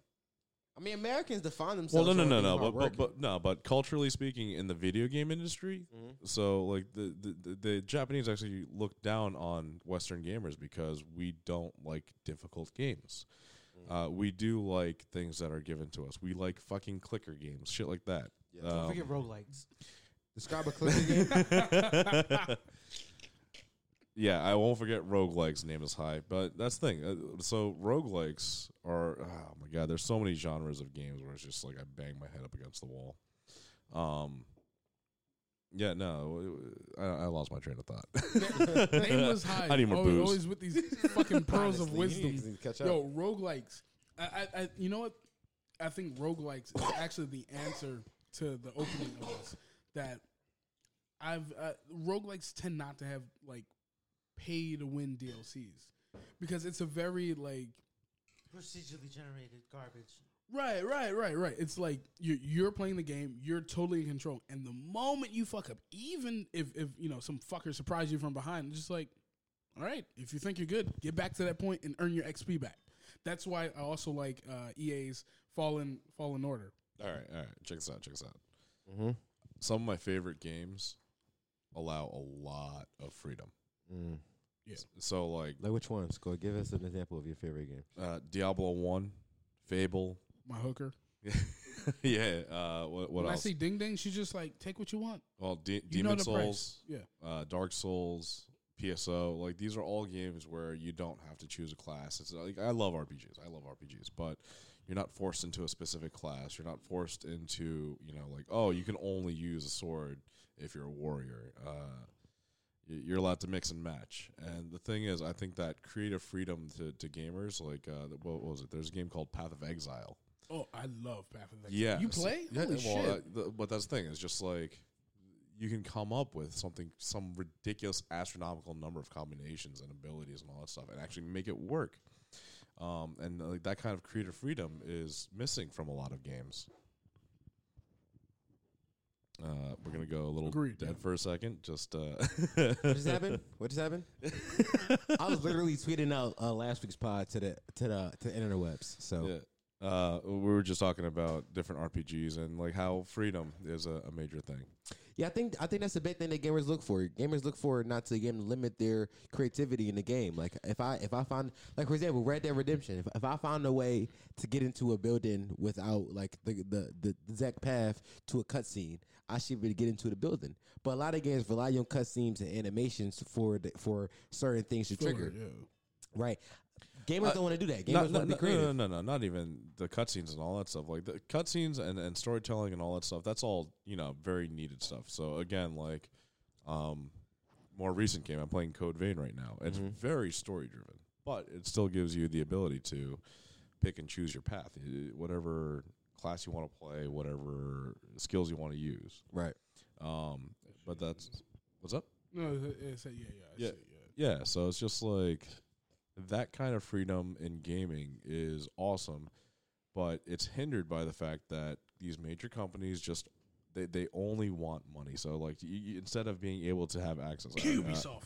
I mean, Americans define
well,
themselves.
no, no,
for
no,
being
no, but, but
hardworking.
but no, but culturally speaking, in the video game industry,
Mm-hmm.
so like the, the the the Japanese actually look down on Western gamers because we don't like difficult games.
Mm.
Uh, we do like things that are given to us. We like fucking clicker games, shit like that. Um,
Forget roguelikes.
describe a
*laughs*
clicker game.
Yeah, I won't forget roguelikes name is high, but that's the thing. Uh, so roguelikes are oh my god, there's so many genres of games where it's just like I bang my head up against the wall. Um Yeah, no, uh, I, I lost my train of thought. *laughs*
Nameless High.
I need more
always,
boobs.
always with these fucking pearls of
Honestly, you need
wisdom.
to catch up.
Yo, roguelikes. I, I, I, you know what? I think roguelikes is actually the answer to the opening of this. That I've uh, roguelikes tend not to have like pay to win DLCs because it's a very like
Procedurally generated garbage.
Right, right, right, right. It's like you're you're playing the game, you're totally in control, and the moment you fuck up, even if if you know some fucker surprised you from behind, it's just like, all right, if you think you're good, get back to that point and earn your XP back. That's why I also like uh, EA's Fallen Fallen Order.
All right, all right. Check this out. Check this out. Some of my favorite games allow a lot of freedom.
Mm.
Yeah.
So like
Like which ones? Go give us an example of your favorite
*laughs*
game.
uh, Diablo One, Fable. *laughs*
My hooker.
yeah. Uh, what what
when
else?
I see Ding Ding, she's just like, take what you want.
well, De-
You know
Demon
the
Souls,
price. Yeah.
uh, Dark Souls, PSO. Like these are all games where you don't have to choose a class. It's like I love RPGs. I love RPGs, but you're not forced into a specific class. You're not forced into you know like oh you can only use a sword if you're a warrior. Uh, y- you're allowed to mix and match. And the thing is, I think that creative freedom to, to gamers, like uh, the- what was it? There's a game called Path of Exile.
Oh, I love Path of Exile.
Yeah,
You
so-
play?
yeah,
Holy
well, uh,
shit.
that- the- but that's the thing. It's just like you can come up with something, some ridiculous astronomical number of combinations and abilities and all that stuff, and actually make it work. Um, and uh, like that kind of creative freedom is missing from a lot of games. Uh, we're gonna go a little
Agreed,
dead
yeah.
for a second. Just uh,
What just happened? What just happened? I was literally tweeting out uh, last week's pod to the to the to the interwebs. So
*laughs* Yeah. Uh, we were just talking about different RPGs and like how freedom is a, a major thing.
Yeah, I think I think that's the big thing that gamers look for. Gamers look for not to again limit their creativity in the game. Like if I if I find like for example Red Dead Redemption, if, if I found a way to get into a building without like the the the exact path to a cutscene, I should be able to get into the building. But a lot of games rely on cutscenes and animations for the, for certain things to trigger. Right, gamers don't want to do that. Gamers
Not-
want
Uh, no,
to
no,
be creative.
No, no, no, not even the cutscenes and all that stuff. Like the cutscenes and, and storytelling and all that stuff. That's all you know, very needed stuff. So again, like, um, more recent game. I'm playing Code Vein right now. It's
Mm-hmm.
very story driven, but it still gives you the ability to pick and choose your path, Y- whatever class you want to play, whatever skills you want to use.
Right.
Um, but that's what's up.
No, it's, it's, yeah, yeah, I
Yeah.
see, yeah.
Yeah, so it's just like that kind of freedom in gaming is awesome, but it's hindered by the fact that these major companies just they, they only want money. So like you, you, instead of being able to have access, I- I-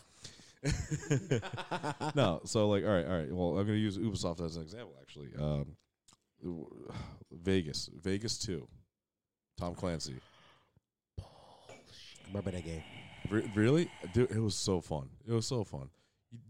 Ubisoft.
no, so like all right, all right. Well, I'm gonna use Ubisoft as an example. Actually, um, *sighs* w- Vegas, Vegas Two, Tom Clancy.
Remember that game?
Re- really, Dude, it was so fun. It was so fun.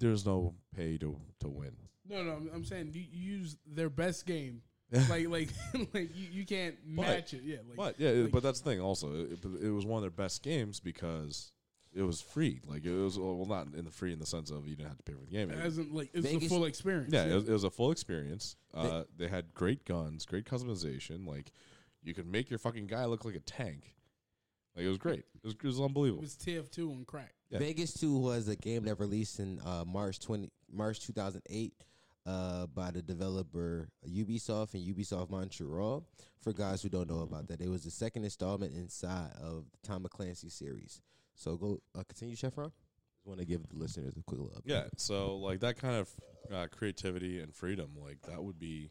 There's no pay to to win.
No, no, I'm, I'm saying you you use their best
*laughs*
game. like, like, *laughs* like you, you can't match it. Yeah, like,
But yeah, it-
like-
but that's the thing. Also, it, it- but it was one of their best games because it was free. Like it was well, not in the free in the sense of you didn't have to pay for the game. It-
as in, like, it's the
Vegas-
full experience.
yeah, it was, it was a full experience. Uh, they, had great guns, great customization. Like you could make your fucking guy look like a tank. Like it was great. It was, it was
it
unbelievable.
was TF2 on crack.
Yeah.
Vegas Two was a game that released in uh, March twenty March two thousand eight uh, by the developer Ubisoft and Ubisoft Montreal. For guys who don't know about that, it was the second installment inside of the Tom Clancy series. So go uh, continue, Chevron. Just want to give the listeners a quick little update.
yeah, so like that kind of uh, creativity and freedom, like that would be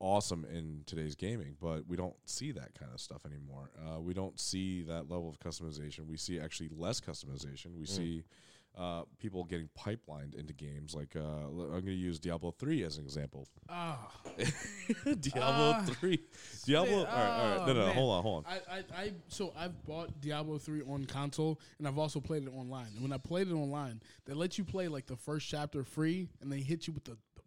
awesome in today's gaming, but we don't see that kind of stuff anymore. Uh, we don't see that level of customization. We see actually less customization. We see uh, people getting pipelined into games. Like uh, l- I'm going to use Diablo three as an example.
Ah,
*laughs* Diablo three, Diablo. all right, all right. No, no,
Oh, man.
hold on, hold on.
I, I, I, so I've bought Diablo 3 on console, and I've also played it online. And when I played it online, they let you play like the first chapter free, and they hit you with the, the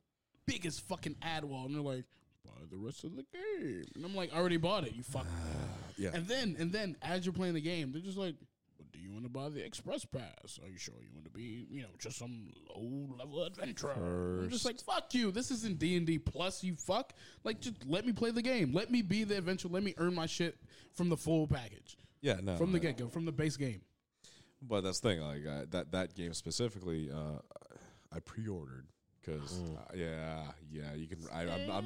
biggest fucking ad wall, and they're like, buy the rest of the game. And I'm like, I already bought it, you *sighs* fucking.
yeah.
And then, and then as you're playing the game, they're just like, but do you want to buy the express pass? Are you sure you want to be, you know, just some low level adventurer? I'm just like, fuck you. This isn't D and D plus. You fuck. Like, just let me play the game. Let me be the adventurer. Let me earn my shit from the full package.
Yeah, no.
from the
no.
get go, from the base game.
But that's the thing, like I, that that game specifically, uh, I pre-ordered because yeah, yeah, you can. I, I'm, I'm,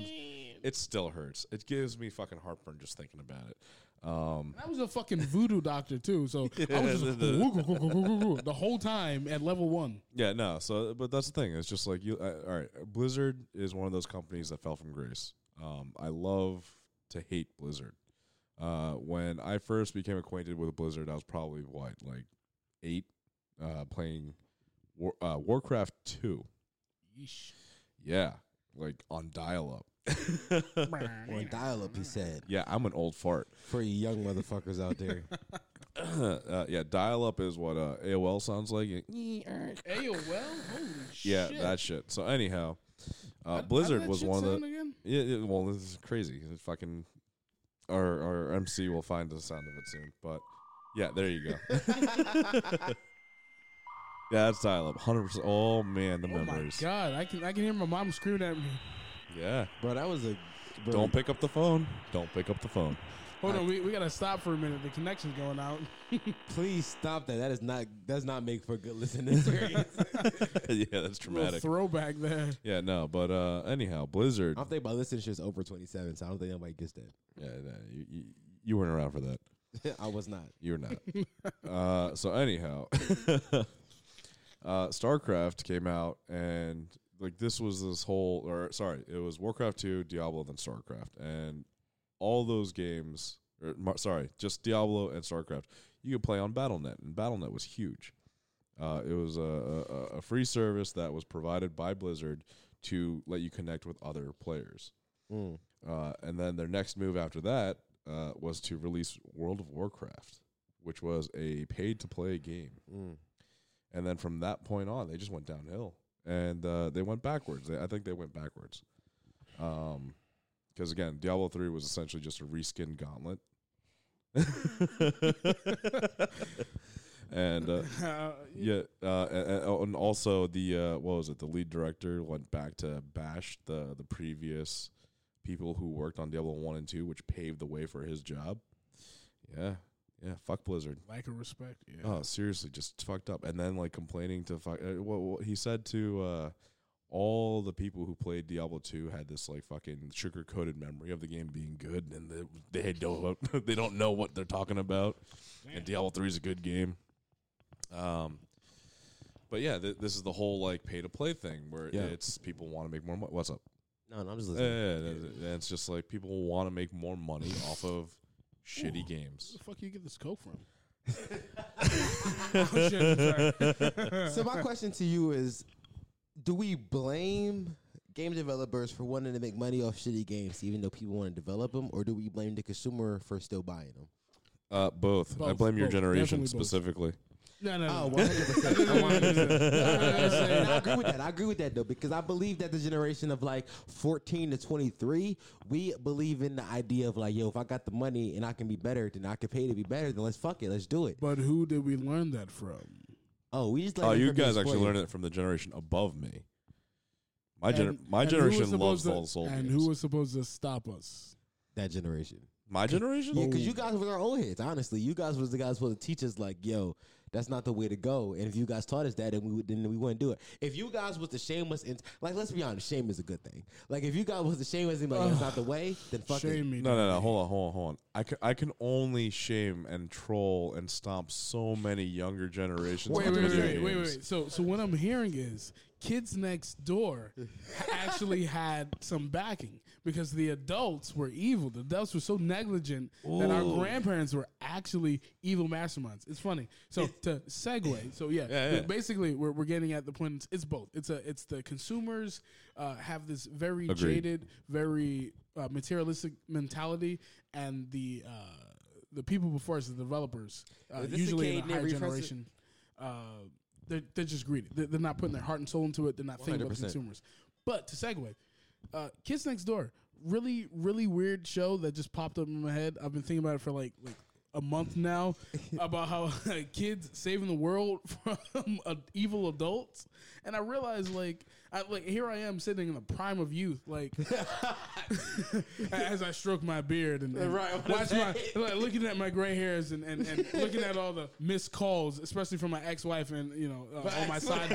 it still hurts. It gives me fucking heartburn just thinking about it. Um,
And I was a fucking voodoo doctor too,
*laughs*
so I was just *laughs* the whole time at level one.
yeah, no. So, but that's the thing. It's just like you. Uh, all right, Blizzard is one of those companies that fell from grace. Um, I love to hate Blizzard. Uh, when I first became acquainted with Blizzard, I was probably what like eight, uh, playing War, uh, Warcraft two.
Yeesh.
Yeah, like on dial up.
Or dial up, he said.
Yeah, I'm an old fart. *clears throat*
For you young motherfuckers out there.
uh, yeah, dial up is what uh, AOL sounds like.
AOL, holy
Yeah,
shit!
that shit. So anyhow, uh,
How- how'd
Blizzard
that
was
shit
one of
sound
the.
again?
Yeah, yeah, well, this is crazy. It's fucking our our MC will find the sound of it soon. But yeah, there you go. yeah,
*laughs*
that's dial up. Hundred percent. Oh man, the
Oh my
memories.
god, I can I can hear my mom screaming at me.
Yeah.
bro, that was a. Bro,
Don't pick up the phone. Don't pick up the phone. *laughs*
Hold on, we, we gotta stop for a minute. The connection's going out.
please stop that. That is not does not make for a good listening experience.
yeah, that's
Little
dramatic.
throwback there.
Yeah, no, but uh anyhow, Blizzard.
I don't think my listenership is over twenty seven, so I don't think anybody gets that. *laughs*
Yeah, no, you, you, you weren't around for that.
I was not.
You're not. uh, so anyhow, *laughs* uh, StarCraft came out, and like this was this whole, or sorry, it was Warcraft two, Diablo, then StarCraft, and all those games. Or, mar- sorry, just Diablo and StarCraft. You could play on BattleNet, and BattleNet was huge. Uh, it was a, a, a- a free service that was provided by Blizzard to let you connect with other players.
Mm.
Uh, and then their next move after that uh, was to release World of Warcraft, which was a paid to play game.
Mm.
And then from that point on, they just went downhill and uh, they went backwards. They, I think they went backwards. Um, because again, Diablo 3 was essentially just a reskin gauntlet. *laughs* and uh, yeah, uh, and, and also the uh, what was it? The lead director went back to bash the the previous people who worked on Diablo one and two, which paved the way for his job. Yeah, yeah. Fuck Blizzard.
*laughs* Lack of respect. Yeah.
Oh, seriously, just fucked up. And then like complaining to fuck. Uh, what, what he said to uh, all the people who played Diablo two had this like fucking sugar coated memory of the game being good, and they they don't *laughs* they don't know what they're talking about. And Diablo three is a good game. Um, but yeah, th- this is the whole like pay to play thing where
Yeah.
it's people want to make more money. What's up?
No, no, I'm just
Yeah,
listening.
yeah, yeah, yeah. it's just like people want to make more money off of shitty games.
Where the fuck you get this coke from? oh, shit, I'm sorry.
so my question to you is: Do we blame game developers for wanting to make money off shitty games, even though people want to develop them, or do we blame the consumer for still buying them?
Uh, both. I
Both,
blame your
both,
generation
definitely both.
specifically.
No, no, no.
Oh, 100
no. *laughs*
percent. I
I
agree with that. I agree with that though, because I believe that the generation of like 14 to 23, we believe in the idea of like, yo, if I got the money and I can be better, then I can pay to be better, then let's fuck it, let's do it.
*laughs* But who did we learn that from?
Oh, we just like
Oh, you guys actually learned it from the generation above me. My
And-
gener- my
and who was
generation
supposed
loves
to-
all soul
And
games.
who was supposed to stop us?
that generation.
my generation?
Yeah, because you guys were our old heads. Honestly, you guys was the guys supposed to teach us like, yo, that's not the way to go. And if you guys taught us that, then we would, then we wouldn't do it. If you guys was to shame us, and like, let's be honest, shame is a good thing. Like, if you guys was to shame us and be like, that's not the way, then fuck it.
Shame me.
no, no, no.
dog.
Hold on, hold on, hold on. I can, I can only shame and troll and stomp so many younger generations.
Wait,
onto
wait, wait,
video
wait, wait,
games.
wait. So, so what I'm hearing is Kids Next Door actually
*laughs*
had some backing because the adults were evil. The adults were so negligent that our grandparents were actually evil masterminds. It's funny. So to segue, so yeah,
Yeah, yeah.
basically we're, we're getting at the point. It's, it's both. It's a it's the consumers uh, have this very
Agreed.
jaded, very uh, materialistic mentality, and the uh, the people before us, the developers, uh,
Is this the
usually
Cade
in the
Nate
higher
refresh-
generation uh, they're, they're just greedy. They're, they're not putting their heart and soul into it. They're not thinking about the
100%.
consumers. But to segue, uh, Kids Next Door, really, really weird show that just popped up in my head. I've been thinking about it for like like a
*laughs*
month now about how *laughs* kids saving the world *laughs* from uh, evil adults, and I realized like I like here I am sitting in the prime of youth, like *laughs* as I stroke my beard and, and
Right, what
watch
is
my
that?
like, looking at my gray hairs and, and, and looking at all the missed calls, especially from my ex wife and you know uh, all my side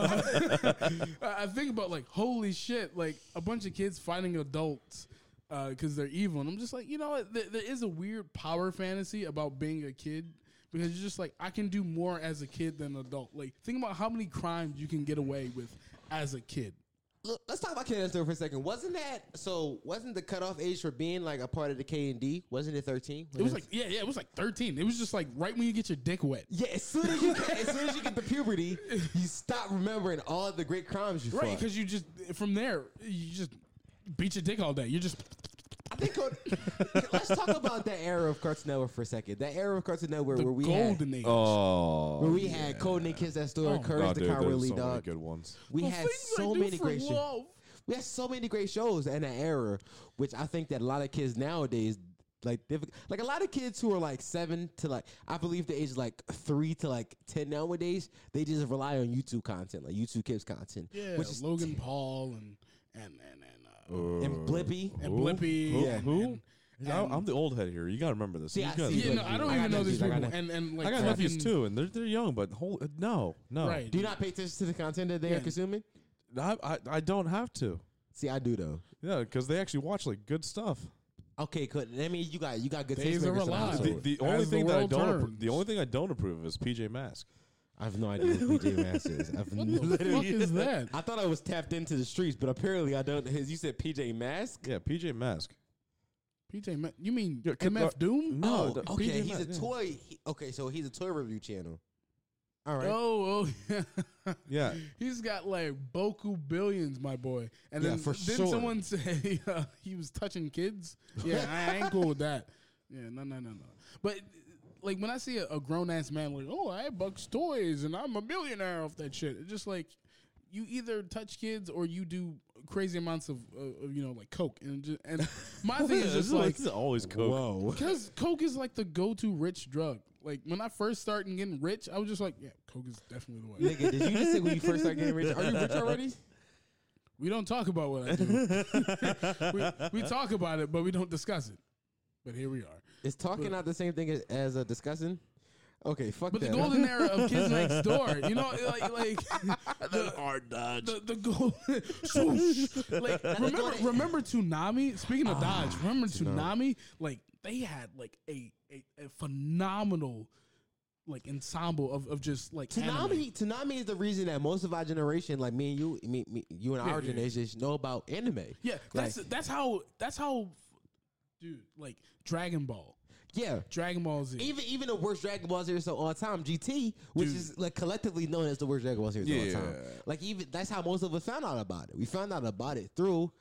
bitches. Uh, *laughs* I think about like holy shit, like a bunch of kids fighting adults because they're evil, and I'm just like, you know, what? There, there is a weird power fantasy about being a kid. Because you're just like I can do more as a kid than an adult. Like think about how many crimes you can get away with as a kid.
Look, let's talk about Canada Store for a second. Wasn't that so? Wasn't the cutoff age for being like a part of the K and D? Wasn't it thirteen?
It was like yeah, yeah. It was like 13. It was just like right when you get your dick wet.
yeah. As soon as you get, as soon as you get to
*laughs*
puberty, you stop remembering all the great crimes you
Right,
fought.
because you just from there you just beat your dick all day. You're just
I think on- let's talk about that era of Cartoon Network for a second. That era of Cartoon Network
the
where we had,
golden age.
Oh,
where we had Code and Kids That Story,
Oh.
Courage
Nah,
the
dude, there's
Cowardly
so many
Dog.
good ones.
We
The
had
things I
so
do
many
for
great shows.
love.
We had so many great shows in that era, which I think that a lot of kids nowadays like they've- like a lot of kids who are like seven to like I believe the age is like three to like ten nowadays. They just rely on YouTube content, like YouTube Kids content,
Yeah,
which is
Logan Paul and and and and, uh,
and Blippy.
and Blippy.
Who?
and-
Who?
and-
I-
and-
I'm the old head here. You gotta remember this.
See,
You
I-
gotta-
see,
yeah, no, I don't
I
even
got
know
nephews,
these
I
people.
got
and and like
I got nephews
fucking-
too, and they're they're young, but whole, no, no,
Right.
Do you not pay attention to the content that they are
Yeah.
consuming?
I, I I don't have to.
See, I do though.
Yeah, because they actually watch like good stuff.
Okay, good. I mean, you got you got good
Days
taste.
are
makers in the
alive.
The,
household.
the only
the
thing that I
world
don't appro-
turns.
the only thing I don't approve of is PJ Masks.
I have no idea who PJ Masks is. I've
What the fuck
literally.
is that?
*laughs* I thought I was tapped into the streets, but apparently I don't. His, you said PJ Mask.
Yeah, PJ Mask.
PJ, Ma- you mean
Yeah, kid-
MF Doom?
No,
Oh,
the-
okay.
PJ
he's a
Masks, yeah.
toy. he- okay, so he's a toy review channel. All right.
Oh, oh, yeah.
Yeah.
*laughs* He's got like Boku billions, my boy. And
Yeah,
then
for
didn't
sure.
someone *laughs* say uh, he was touching
*laughs*
kids? Yeah, I ain't cool with that. Yeah, no, no, no, no. But like when I see a, a grown ass man like, oh, I bucks toys and I'm a millionaire off that shit. It's just like you either touch kids or you do crazy amounts of, uh, of you know like coke and just,
*laughs*
and my thing is
This
just
is
like
this is always coke.
Whoa.
because coke is like the go to rich drug. Like when I first started getting rich, I was just like, yeah, coke is definitely the way.
Nigga, did you just say when you first started getting rich? Are you rich
*laughs*
already?
We don't talk about what I do. we, we talk about it, but we don't discuss it. But here we are.
Is talking not the same thing as, as uh, discussing? Okay, fuck
But the
that. *laughs*
golden era of Kids Next Door, you know, like like the hard dodge, the, the *laughs* gold, like remember remember Toonami. Speaking of Dodge, remember Toonami? Like they had like a a, a phenomenal like ensemble of, of just like anime.
Tanami, Tanami is the reason that most of our generation, like me and you, me, me, you and our
yeah, yeah.
generation, know about anime.
Yeah,
like,
that's that's how that's how, dude. Like Dragon Ball,
yeah.
Dragon Ball Z.
Even even the worst Dragon Ball series of all time, GT, which
Dude.
is like collectively known as the worst Dragon Ball series of all time.
Yeah.
Like even that's how most of us found out about it. We found out about it through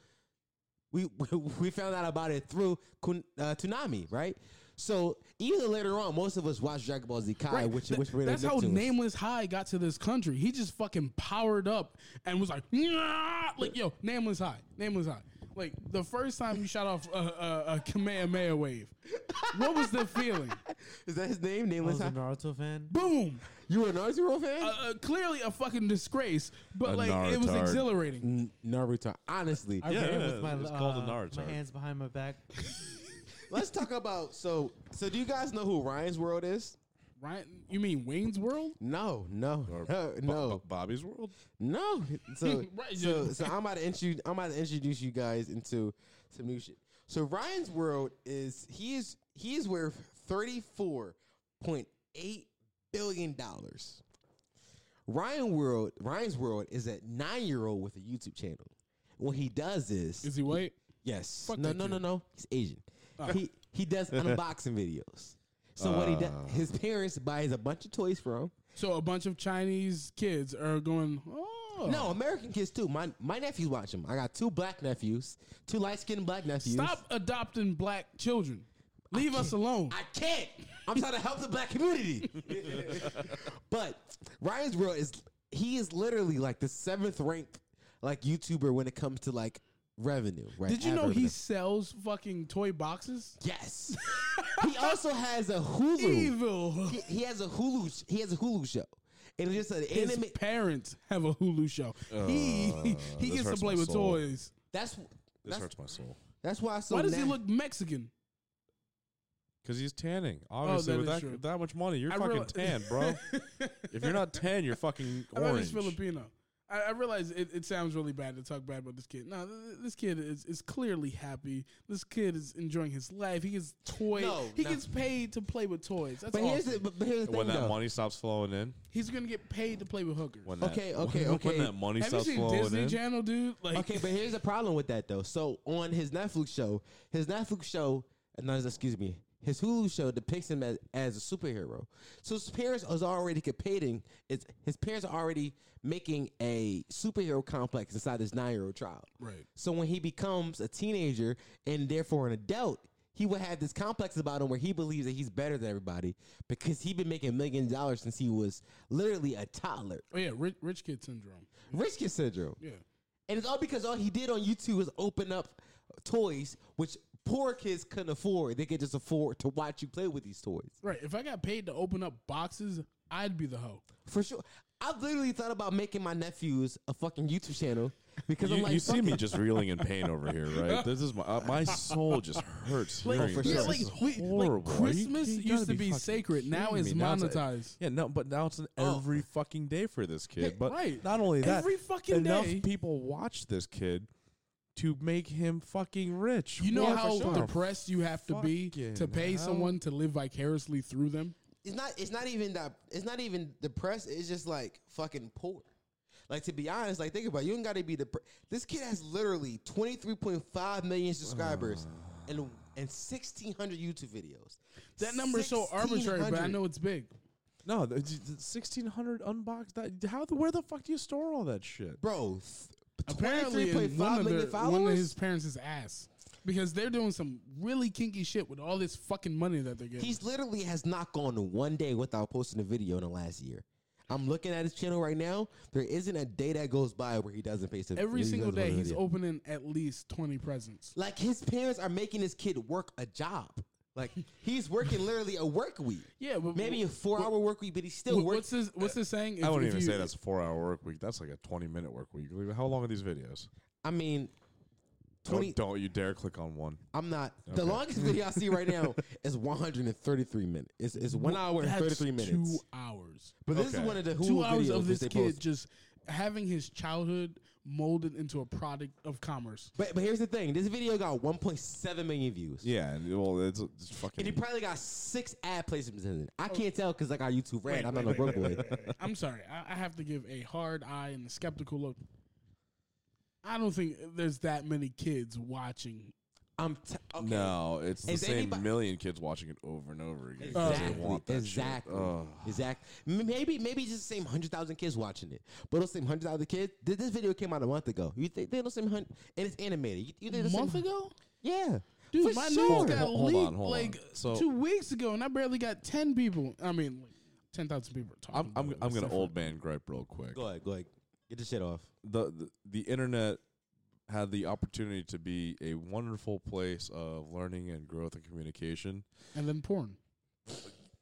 we *laughs* we found out about it through Kun, uh, Toonami, right? So even later on, most of us watched Dragon Ball Z Kai, which
Th-
which we're
that's how
Nicktoons.
Nameless High got to this country. He just fucking powered up and was like, "Nyah!" like yo, Nameless High, Nameless High. Like the first time you shot off a, a, a Kamehameha wave, what was the feeling?
is that his name?
I
Nameless.
was a
High?
Naruto fan.
Boom!
You were a Naruto fan?
Uh, uh, clearly a fucking disgrace, but
A
like it was
Narutard.
exhilarating.
N- Naruto. Honestly,
I
Yeah,
ran with my,
it's called
uh,
a Naruto.
my hands behind my back.
let's talk about. So so do you guys know who Ryan's World is?
Right? You mean Wayne's World?
No, no,
Or
no,
Bo-
*laughs* no.
Bo- Bobby's World.
No. So,
*laughs* Right,
so,
yeah.
so I'm about to introduce I'm about to introduce you guys into some new shit. So Ryan's world is he is he is worth thirty four point eight billion dollars. Ryan World Ryan's World is a nine year old with a YouTube channel. What he does is,
Is he white?
yes.
Fuck
no,
that
no, no,
kid. Ah.
no. He's Asian. He he does
*laughs*
unboxing videos. So what he does his
Ah.
parents buys a bunch of toys from.
So a bunch of Chinese kids are going. Oh
No, American kids too. My my nephews watch them. I got two black nephews, two light skinned black nephews.
Stop adopting black children. Leave us alone.
I can't. I'm trying to help the black community. *laughs* but Ryan's World is he is literally like the seventh ranked like YouTuber when it comes to like revenue. Right?
Did you know
Ad
he
revenue.
sells fucking toy boxes?
Yes. he also has a
*laughs*
Hulu.
Evil.
He, he has a Hulu. sh- He has a Hulu show. And it's just an
*laughs* His
anime.
parents have a Hulu show.
Uh,
he he
this
gets to
hurts
play
my
with
soul.
toys.
That's
This
that's,
hurts my soul
that's why. I so
Why does he
na-
look Mexican?
because he's tanning. Obviously,
Oh, that
with
is
that
true.
that much money, you're
I
fucking
real-
tan,
*laughs*
bro. if you're not tan, you're fucking
I thought
orange.
he's Filipino. I, I realize it, it sounds really bad to talk bad about this kid. No, th- this kid is, is clearly happy. This kid is enjoying his life. He gets toy.
No,
he
no.
gets paid to play with toys. That's
But here's
awesome.
the but but here's the
And when
thing
that
though.
money stops flowing in,
He's gonna get paid to play with hookers.
*laughs* when that,
Okay, okay,
when,
okay.
that money
Have you
stops
seen
flowing
Disney
in,
Channel, dude? Like,
Okay, but here's the problem with that though. So on his Netflix show, his Netflix show, uh, no, excuse me, his Hulu show depicts him as, as a superhero. So his parents is already competing. It's, his parents are already making a superhero complex inside this nine year old child.
Right.
So when he becomes a teenager and therefore an adult, he will have this complex about him where he believes that he's better than everybody because he's been making millions of dollars since he was literally a toddler.
oh yeah, rich, rich kid syndrome.
Rich kid syndrome.
Yeah,
And it's all because all he did on YouTube was open up toys, which poor kids couldn't afford. They could just afford to watch you play with these toys.
right. If I got paid to open up boxes, I'd be the hoe.
For sure. I've literally thought about making my nephews a fucking YouTube channel because
you,
I'm like,
you see
fuck
me
it.
just reeling in pain over
*laughs*
here, right? This is my uh, my soul just hurts.
Like,
hearing
for
this.
yeah,
sure.
like,
This is
we- like,
horrible. Are you-
Christmas
you gotta
used to be,
fucking
sacred. Now
kidding
it's
me. Now it's a-
monetized.
Yeah, no, but now it's an
Oh.
every fucking day for this kid.
Yeah,
But
right.
not only that,
Every fucking
enough
day.
people watch this kid to make him fucking rich.
You know
Yeah, for
how
sure.
depressed you have to be to
Fucking
pay
hell.
someone to live vicariously through them?
it's not it's not even that it's not even depressed. It's just like fucking poor. Like to be honest, like think about it, you ain't gotta be the this kid has literally twenty three point five million subscribers and and sixteen hundred YouTube videos.
That number is so arbitrary, but I
1,600.
know it's big.
No, sixteen hundred unboxed. That how the where the fuck do you store all that shit?
bro. th-
Apparently, in
23.5
one of,
million
their,
followers.
one of his parents' ass. Because they're doing some really kinky shit with all this fucking money that they're getting.
He's literally has not gone one day without posting a video in the last year. I'm looking at his channel right now. There isn't a day that goes by where he doesn't post a
Every
he
single
doesn't post
day,
a
he's
video.
opening at least 20 presents.
Like his parents are making his kid work a job.
*laughs*
Like he's working literally a work week.
Yeah, but
Maybe a four hour work week, but he's still
Wh-
working.
What's this? What's this saying? If-
I wouldn't
if
even
you-
say that's a four-hour work week. That's like a twenty-minute work week. How long are these videos?
I mean,
Don't-
20.
Don't, you dare click on one.
I'm not. The
Okay.
longest video I see right
*laughs*
now is 133 minutes. It's, it's one hour and
That's
33 minutes.
Two hours.
but this is
Okay.
one of the Hulu
two hours
videos
of
that
this
they
kid
post.
just having his childhood molded into a product of commerce.
*laughs*
But, but here's the thing: this video got 1.7 million views.
Yeah, and, well, it's, it's fucking.
And he probably got six ad placements in it. I can't tell because I got YouTube red. I'm not a broke boy.
I'm sorry. I, I have to give a hard eye and a skeptical look. I don't think there's that many kids watching.
I'm t- okay.
No, it's the
Is
same
anybody-
million kids watching it over and over again. 'cause they
Exactly.
want that shit.
exactly.
Ugh.
Exactly. M- Maybe maybe it's just the same hundred thousand kids watching it. But those same hundred thousand kids. Th- this video came out a month ago. You think they those same hundred? And it's animated. You, you think
A
those same-
month ago?
Yeah.
Dude,
For
my
sure.
news got
Hold- hold on,
leaked
hold on.
like
So-
two weeks ago, and I barely got 10 people. I mean, like 10,000 people are
I'm
talking.
I'm,
about it.
I'm
It's
gonna
different.
old man gripe real quick.
Go ahead. Go ahead. Get the shit off.
The, the the internet had the opportunity to be a wonderful place of learning and growth and communication.
And then porn.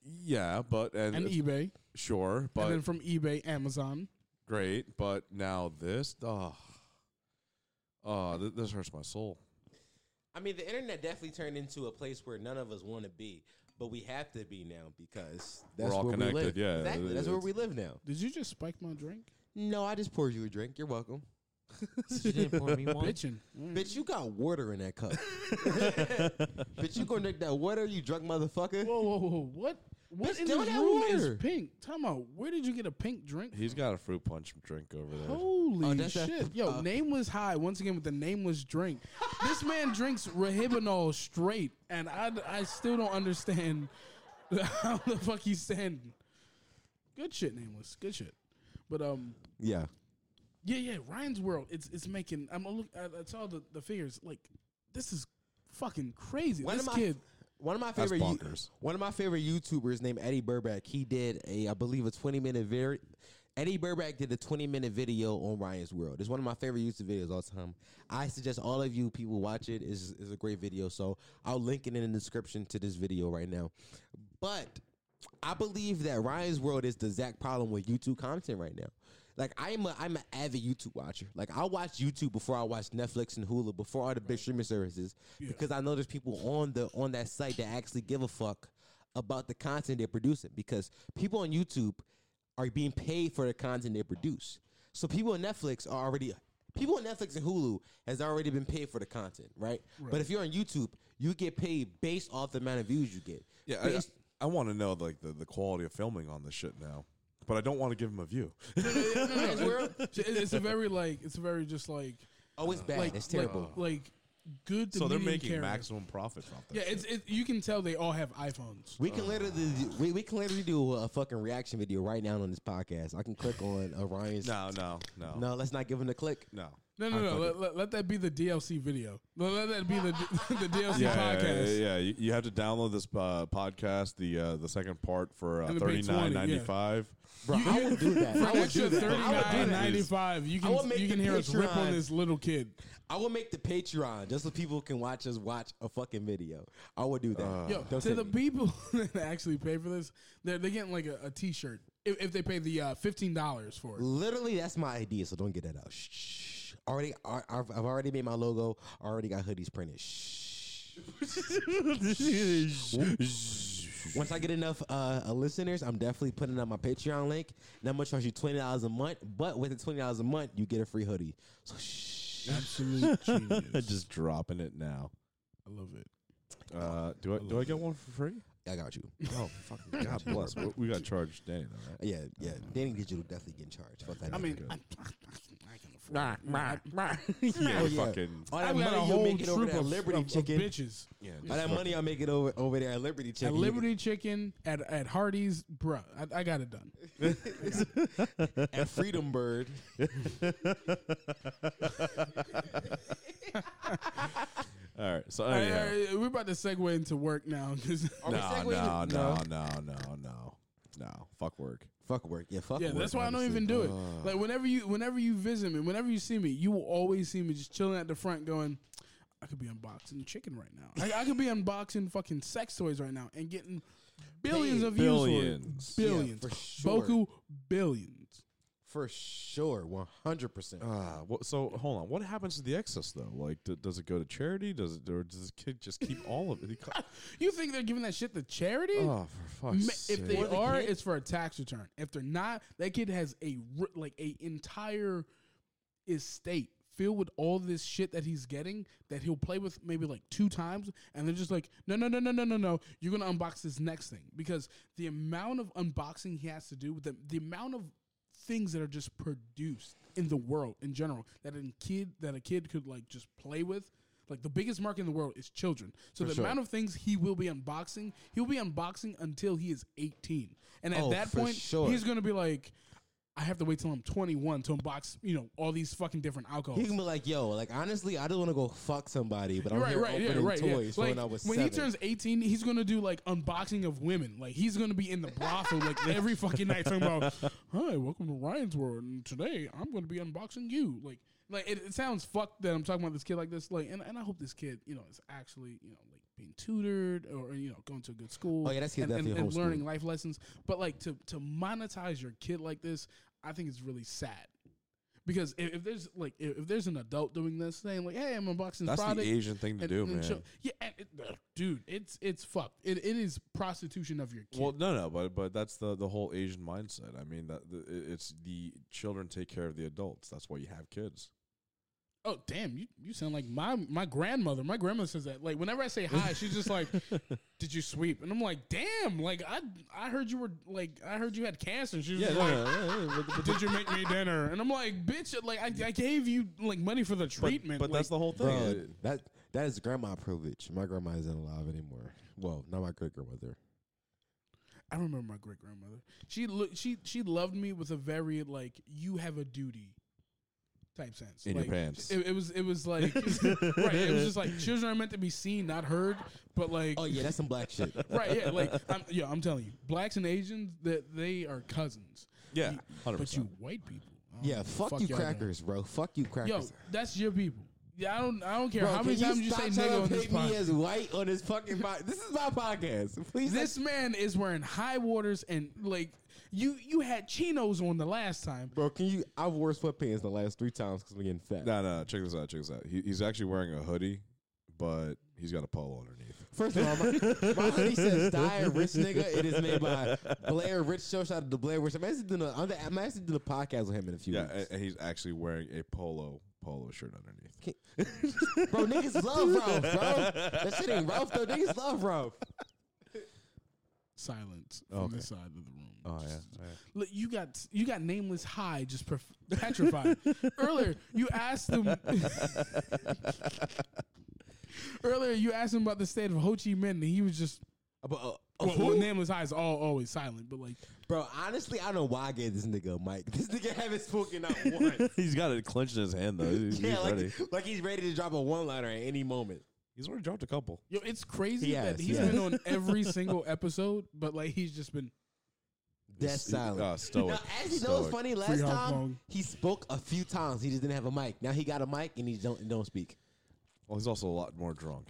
Yeah, but and,
And eBay.
sure,
and
but
then from eBay, Amazon.
great, but now this, oh, oh, th- this hurts my soul.
I mean, the internet definitely turned into a place where none of us want to be, but we have to be now because that's
We're all
where we live.
connected, yeah.
exactly. That's where we live now.
Did you just spike my drink?
No, I just poured you a drink. You're welcome.
*laughs* You
*laughs*
didn't pour me one.
Bitching.
Bitch, you got water in that *laughs* cup. Bitch, you gonna drink that water, you drunk motherfucker?
Whoa, whoa, whoa! What? What
Bitch,
in
don't
this
have
room
water.
is pink? Time out. Where did you get a pink drink?
He's got a fruit punch drink over there.
Holy
Oh, that's that-
shit! Yo,
uh,
nameless high once again with the
*laughs*
nameless drink. this man drinks Rehibinol straight, and I, I still don't understand *laughs* how the fuck he's standing. Good shit, nameless. Good shit. But um,
Yeah.
yeah, yeah. Ryan's World. It's it's making. I'm a look. I, I saw the the figures. Like this is fucking crazy.
One
this
of my
kid.
one of my
That's
favorite you-
bonkers.
one of my favorite YouTubers named Eddie Burback. He did a I believe a twenty minute very Eddie Burback did a 20 minute video on Ryan's World. It's one of my favorite YouTube videos all time. I suggest all of you people watch it. It's, it's a great video. So I'll link it in the description to this video right now. But I believe that Ryan's World is the exact problem with YouTube content right now. Like I'm a I'm an avid YouTube watcher. Like I watch YouTube before I watch Netflix and Hulu before all the big streaming services because I know there's people on the on that site that actually give a fuck about the content they're producing because people on YouTube are being paid for the content they produce. So people on Netflix are already people on Netflix and Hulu has already been paid for the content, right? But if you're on YouTube, you get paid based off the amount of views you get.
Yeah, I,
Based-
I want to know like the, the quality of filming on this shit now, but I don't want to give him a view.
Ryan's World. It's, *laughs* it's a very like it's a very just like
oh, it's bad.
like
it's terrible.
Like, like good. To
*laughs* so they're
medium
making
character.
maximum profits off that.
Yeah, it's it, you can tell they all have iPhones.
we can literally do- we, we can literally do a fucking reaction video right now on this podcast. I can click on Orion's.
No, no, no,
No, let's not give him the click.
no.
No, no, no. Let, let, let that be the DLC video. Let, let that be the *laughs* the DLC podcast.
yeah, yeah, yeah. You, you have to download this uh, podcast, the uh, the second part for uh,
And the big
thirty
20,
nine ninety five.
Bro, I would do *laughs* that.
For
I would
an
do
extra
that.
thirty
I would
nine
do that.
ninety five, you
I would
can
make
you can
the
hear us rip on
Patreon.
this little kid.
I would make the Patreon just so people can watch us watch a fucking video. I would do that.
Yo,
Oh, Don't
to
send
the
me.
people *laughs* that actually pay for this, they're, they're getting like a, a t shirt if, if they pay the uh, fifteen dollars for it.
Literally, that's my idea. So don't get that out. Shh. Already, I- I've I've already made my logo. I already got hoodies printed. Shh. Once I get enough uh, uh, listeners, I'm definitely putting up my Patreon link, and I'm gonna charge you twenty dollars a month. But with the twenty dollars a month, you get a free hoodie. So shh. *laughs*
Absolute genius.
Just dropping it now.
I love it.
Uh, do I do I get one for free?
I got you.
Oh, fucking God bless. We, we got charged Danny though, right?
Yeah, yeah. Danny Digital definitely getting charged. Fuck that.
I mean, I, I, can afford it. You know, I,
Yeah,
yeah.
fucking.
all
I
that
got a
money you're
whole
making over
troop
there at
of,
Liberty
of- of
Chicken.
bitches.
Yeah,
All that money I'm making over over there at Liberty Chicken.
At
you
Liberty Chicken, at at Hardee's, bruh, I, I got it done.
get- at Freedom Bird.
All right. So
All right,
anyhow.
all right, we're about to segue into work now. *laughs* 'cause-
Oh, Are we
No, no,
segueing?
no, no, no, no, no. Fuck work.
*laughs* Fuck work. Yeah, fuck
yeah,
work. Uh,
that's why I don't
honestly.
even do it. Like whenever you whenever you visit me, whenever you see me, you will always see me just chilling at the front, going, I could be unboxing chicken right now. I, I could be unboxing fucking sex toys right now and getting billions of views. for it.
Billions.
Yeah,
billions,
for sure.
Boku billions.
For
for
sure, one hundred percent.
Uh,
Ah, wha- so hold on. What happens to the excess though? Like, d- does it go to charity? Does it, or does this kid just keep all of it?
*laughs*
He co-
You think they're giving that shit to charity?
oh, for
Ma-
fuck's
if
sake!
they
the
are,
kid?
it's for a tax return. If they're not, that kid has a ri- like a entire estate filled with all this shit that he's getting that he'll play with maybe like two times, and they're just like, no, no, no, no, no, no, no. You're gonna unbox this next thing because the amount of unboxing he has to do, the the amount of things that are just produced in the world in general that a kid that a kid could like just play with. Like the biggest market in the world is children. So the amount of things he will be unboxing, he'll be unboxing until he is 18. And at
Oh,
that
for
point,
sure.
he's going to be like I have to wait till I'm 21 to unbox, you know, all these fucking different alcohols.
He can be like, yo, like honestly, I just want to go fuck somebody, but I'm
right,
here
right, yeah,
opening
right. yeah.
toys
Like,
when I was
when he
seven.
turns 18, he's gonna do like unboxing of women. Like he's gonna be in the
*laughs*
brothel like every fucking night talking about, "Hi, welcome to Ryan's World, and today I'm gonna be unboxing you." Like, like it, it sounds fucked that I'm talking about this kid like this. Like, and, and I hope this kid, you know, is actually you know like being tutored or you know going to a good school.
Oh, yeah, that's kid
and, and,
definitely
and
homeschooled.
learning life lessons. But like to to monetize your kid like this, I think it's really sad. Because if, if there's like if, if there's an adult doing this saying like hey I'm unboxing this
That's
product
the Asian thing to
and-
do,
and
man.
show- yeah, and it, uh, dude, it's it's fucked. It, it is prostitution of your kid.
well, no, no, but but that's the the whole Asian mindset. I mean, that the, i- it's the children take care of the adults. That's why you
*laughs*
have kids.
oh damn, you, you sound like my my grandmother. My grandmother says that. Like whenever I say hi, she's just
*laughs*
like, "Did you sweep?" And I'm like, "Damn!" Like I I heard you were like I heard you had cancer. And she was
Yeah,
like,
no, no, no, no, but, *laughs* but,
"Did you make me dinner?" And I'm like, "Bitch, like I, I gave you like money for the treatment."
but
like,
that's the whole thing.
Bro,
Uh,
that that is grandma privilege. My grandma isn't alive anymore. Well, not my great grandmother.
I remember my great grandmother. She lo- she she loved me with a very like you have a duty type sense
In your
like,
pants.
It, it was it was like right. It was just like children are meant to be seen, not heard. But like
Oh yeah, that's some black shit.
right, yeah, like I'm, yeah, I'm telling you, blacks and Asians that they are cousins.
Yeah, hundred
But you
percent.
white people. I
*laughs*
don't
Yeah,
know.
fuck, you
y'all doing.
crackers, bro. Fuck you
Yo,
crackers.
that's your people. Yeah, I don't. I don't care
Bro,
how
can
many times you
stop
say
trying to
nigga on this
paint me
podcast.
as white on this fucking podcast. This is my podcast. Please,
This man is wearing high waters and like you. You had chinos on the last time.
bro. Can you? I've wore sweatpants the last three times because I'm getting fat.
No, no. Check this out. Check this out. He, he's actually wearing a hoodie, but he's got a polo underneath.
First of all, my, my hoodie says "Die a Rich Nigga." It is made by Blair Rich. Show shout out to Blair Rich. I'm actually doing a, I'm, I'm actually doing a podcast with him in a few
Yeah, eh, and,
weeks.
and he's actually wearing a polo polo shirt underneath.
bro, niggas love Ralph,
*laughs*
bro. That shit ain't Ralph though. Niggas love Ralph.
Uh,
Silence from
Okay.
this side of the room.
Oh yeah.
Look, you got you got nameless high just perf- petrified. *laughs* Earlier, you asked him. *laughs* Earlier, you asked him about the state of Ho Chi Minh, and he was just
But, uh,
well,
who?
well, nameless high is all always silent, but like
bro, honestly, I don't know why I gave this nigga a mic. *laughs* This nigga haven't spoken out once.
he's got it clenched in his hand though. *laughs*
*laughs*
He's,
yeah, like, like he's ready to drop a one liner at any moment.
He's already dropped a couple.
yo, it's crazy
Yes,
that he's
yes.
*laughs*
been on every single episode, but like he's just been
Death
He's- he-
silent.
uh, stoic.
Now, *laughs* actually, you know what's
Stoic.
funny? Last
Hong
time
Kong.
he spoke a few times. He just didn't have a mic. Now he got a mic and he don't don't speak.
Well, he's also a lot more drunk.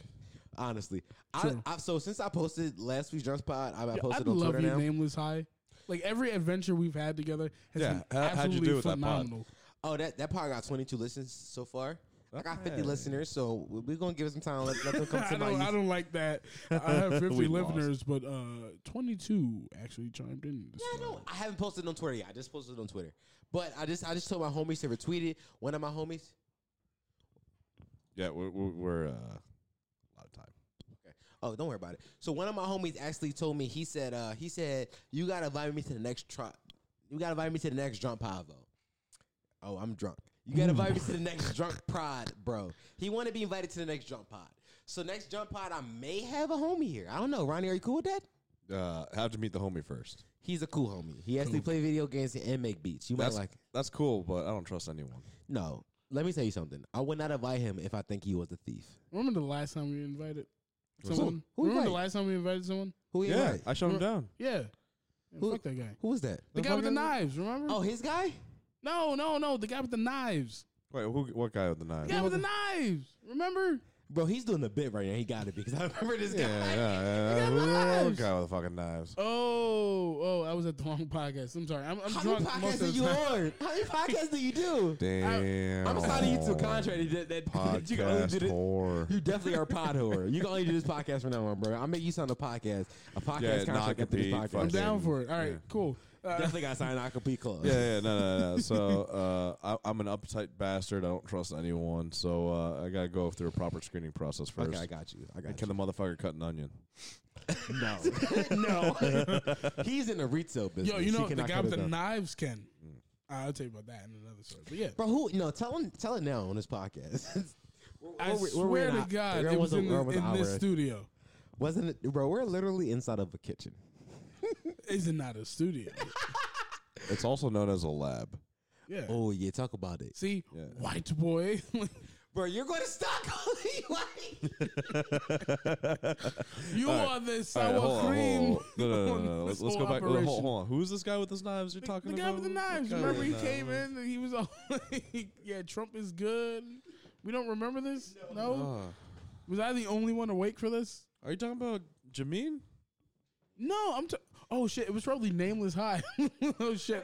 Honestly, I,
True.
I, so since I posted last week's Drunk Pod, I, I
Yo,
posted
I
on
love
Twitter
you,
now.
nameless high. Like every adventure we've had together has
Yeah,
been
how- how'd you
absolutely
do with that pod?
phenomenal.
Oh, that that pod got 22 listens so far. I got 50
Okay.
listeners, so we- we're gonna give it some time. Let,
*laughs*
let them come
I
to my
don't, I
youth.
don't like that. I
*laughs*
have 50
We lost.
listeners, but uh, 22 actually chimed in. This
Yeah, I
time.
know. I haven't posted on Twitter yet. I just posted on Twitter, but I just I just told my homies to retweet it. One of my homies.
Yeah, we're we're, we're uh, a lot of time.
Oh, don't worry about it. So one of my homies actually told me. He said, uh, he said, you gotta invite me to the next try. You gotta invite me to the next drunk pod, though. Oh, I'm drunk. You gotta invite me to the next drunk pod, bro. He want to be invited to the next drunk pod. So next drunk pod, I may have a homie here. I don't know. Ronnie, are you cool with that?
Uh, have to meet the homie first.
He's a cool homie. He actually play video games and make beats. You
That's
might like.
that's cool, but I don't trust anyone.
No, let me tell you something. I would not invite him if I think he was a thief.
Remember the last time we invited
Who-
someone?
who
Remember
invite?
the last time we invited someone?
Who he
Yeah,
invite?
I shut him
We're-
down.
Yeah. Yeah,
Who-
Fuck that guy.
Who was that?
The guy with the knives, remember?
Oh, his guy.
No, no, no. The guy with the knives.
Wait, who? What guy with the knife?
The guy with the knives. Remember?
Bro, he's doing a bit right now. He got it because I remember this
Yeah,
guy.
yeah,
*laughs*
yeah.
got
Who-
knives.
guy with the fucking knives.
Oh, oh, I was at the wrong podcast. I'm sorry. I'm, I'm
How many
drunk
podcasts
most
are
of the
you
time.
on? How many podcasts do you do?
Damn.
I'm signing you to a contract *laughs* that, that, that you can only
Podcast
do this.
whore.
You definitely are a pod whore. You can only do this podcast from now on, bro. I'll make you sign a podcast. A podcast
Yeah,
contract after this
non-compete,
I'm
fuck
podcast.
it.
down for it. All right,
Yeah.
cool. Uh,
*laughs* Definitely got signed a complete clause.
Yeah, yeah, no, no,
*laughs*
no. So uh, I, I'm an uptight bastard. I don't trust anyone. So uh, I gotta go through a proper screening process first.
Okay, I got you. I
And
got
can the motherfucker cut an onion?
you. No. no. *laughs* He's in the retail business.
yo, you know
He
the
cannot
guy
cut
with
it
the
down.
knives can. I'll tell you about that in another story. But yeah,
Bro, who? No, tell him. Tell it now on this podcast. *laughs* We're-
I
we're- we're
swear
in
to
a-
God,
we're
it was
almost-
in,
we're almost
the,
an
in this
hour.
studio.
Wasn't it, bro? We're literally inside of a kitchen.
Is it not a
*laughs*
studio?
It's also known as a lab.
Yeah.
Oh yeah, talk about it,
See,
Yeah.
white boy. *laughs*
bro. You're going to *laughs* Stockholm.
you
All right.
are the
All right,
sour
hold on,
cream.
hold on. No,
*laughs*
no, no, no, no.
on
Let's,
this
let's go
whole
back. Hold on,
operation.
hold on. Who's this guy with his knives you're
The-
talking
the
about?
guy with the knives.
What guy
Remember,
with
he
the
came
knives?
in and he was all *laughs* like, "Yeah, Trump is good." We don't remember this. No,
Uh,
was I the only one awake for this?
are you talking about Jameen?
No, I'm. T- oh shit! It was probably nameless high. *laughs* oh shit!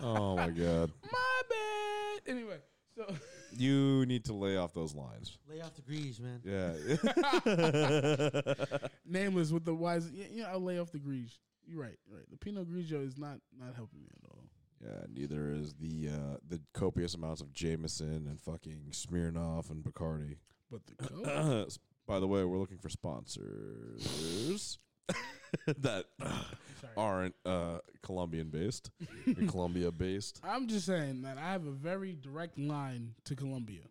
Oh
*laughs*
my god.
My bad. Anyway, so *laughs*
You need to lay off those lines.
Lay off the grease, man.
Yeah. *laughs*
nameless with the wise. Yeah, yeah, I'll lay off the grease. You're right. Right. The Pinot Grigio is not not helping me at all.
yeah, neither is the uh, the copious amounts of Jameson and fucking Smirnoff and Bacardi.
But the coke.
*coughs* *laughs* By the way, we're looking for sponsors *laughs* that aren't uh, Colombian based, *laughs* Colombia based.
I'm just saying that I have a very direct line to Colombia.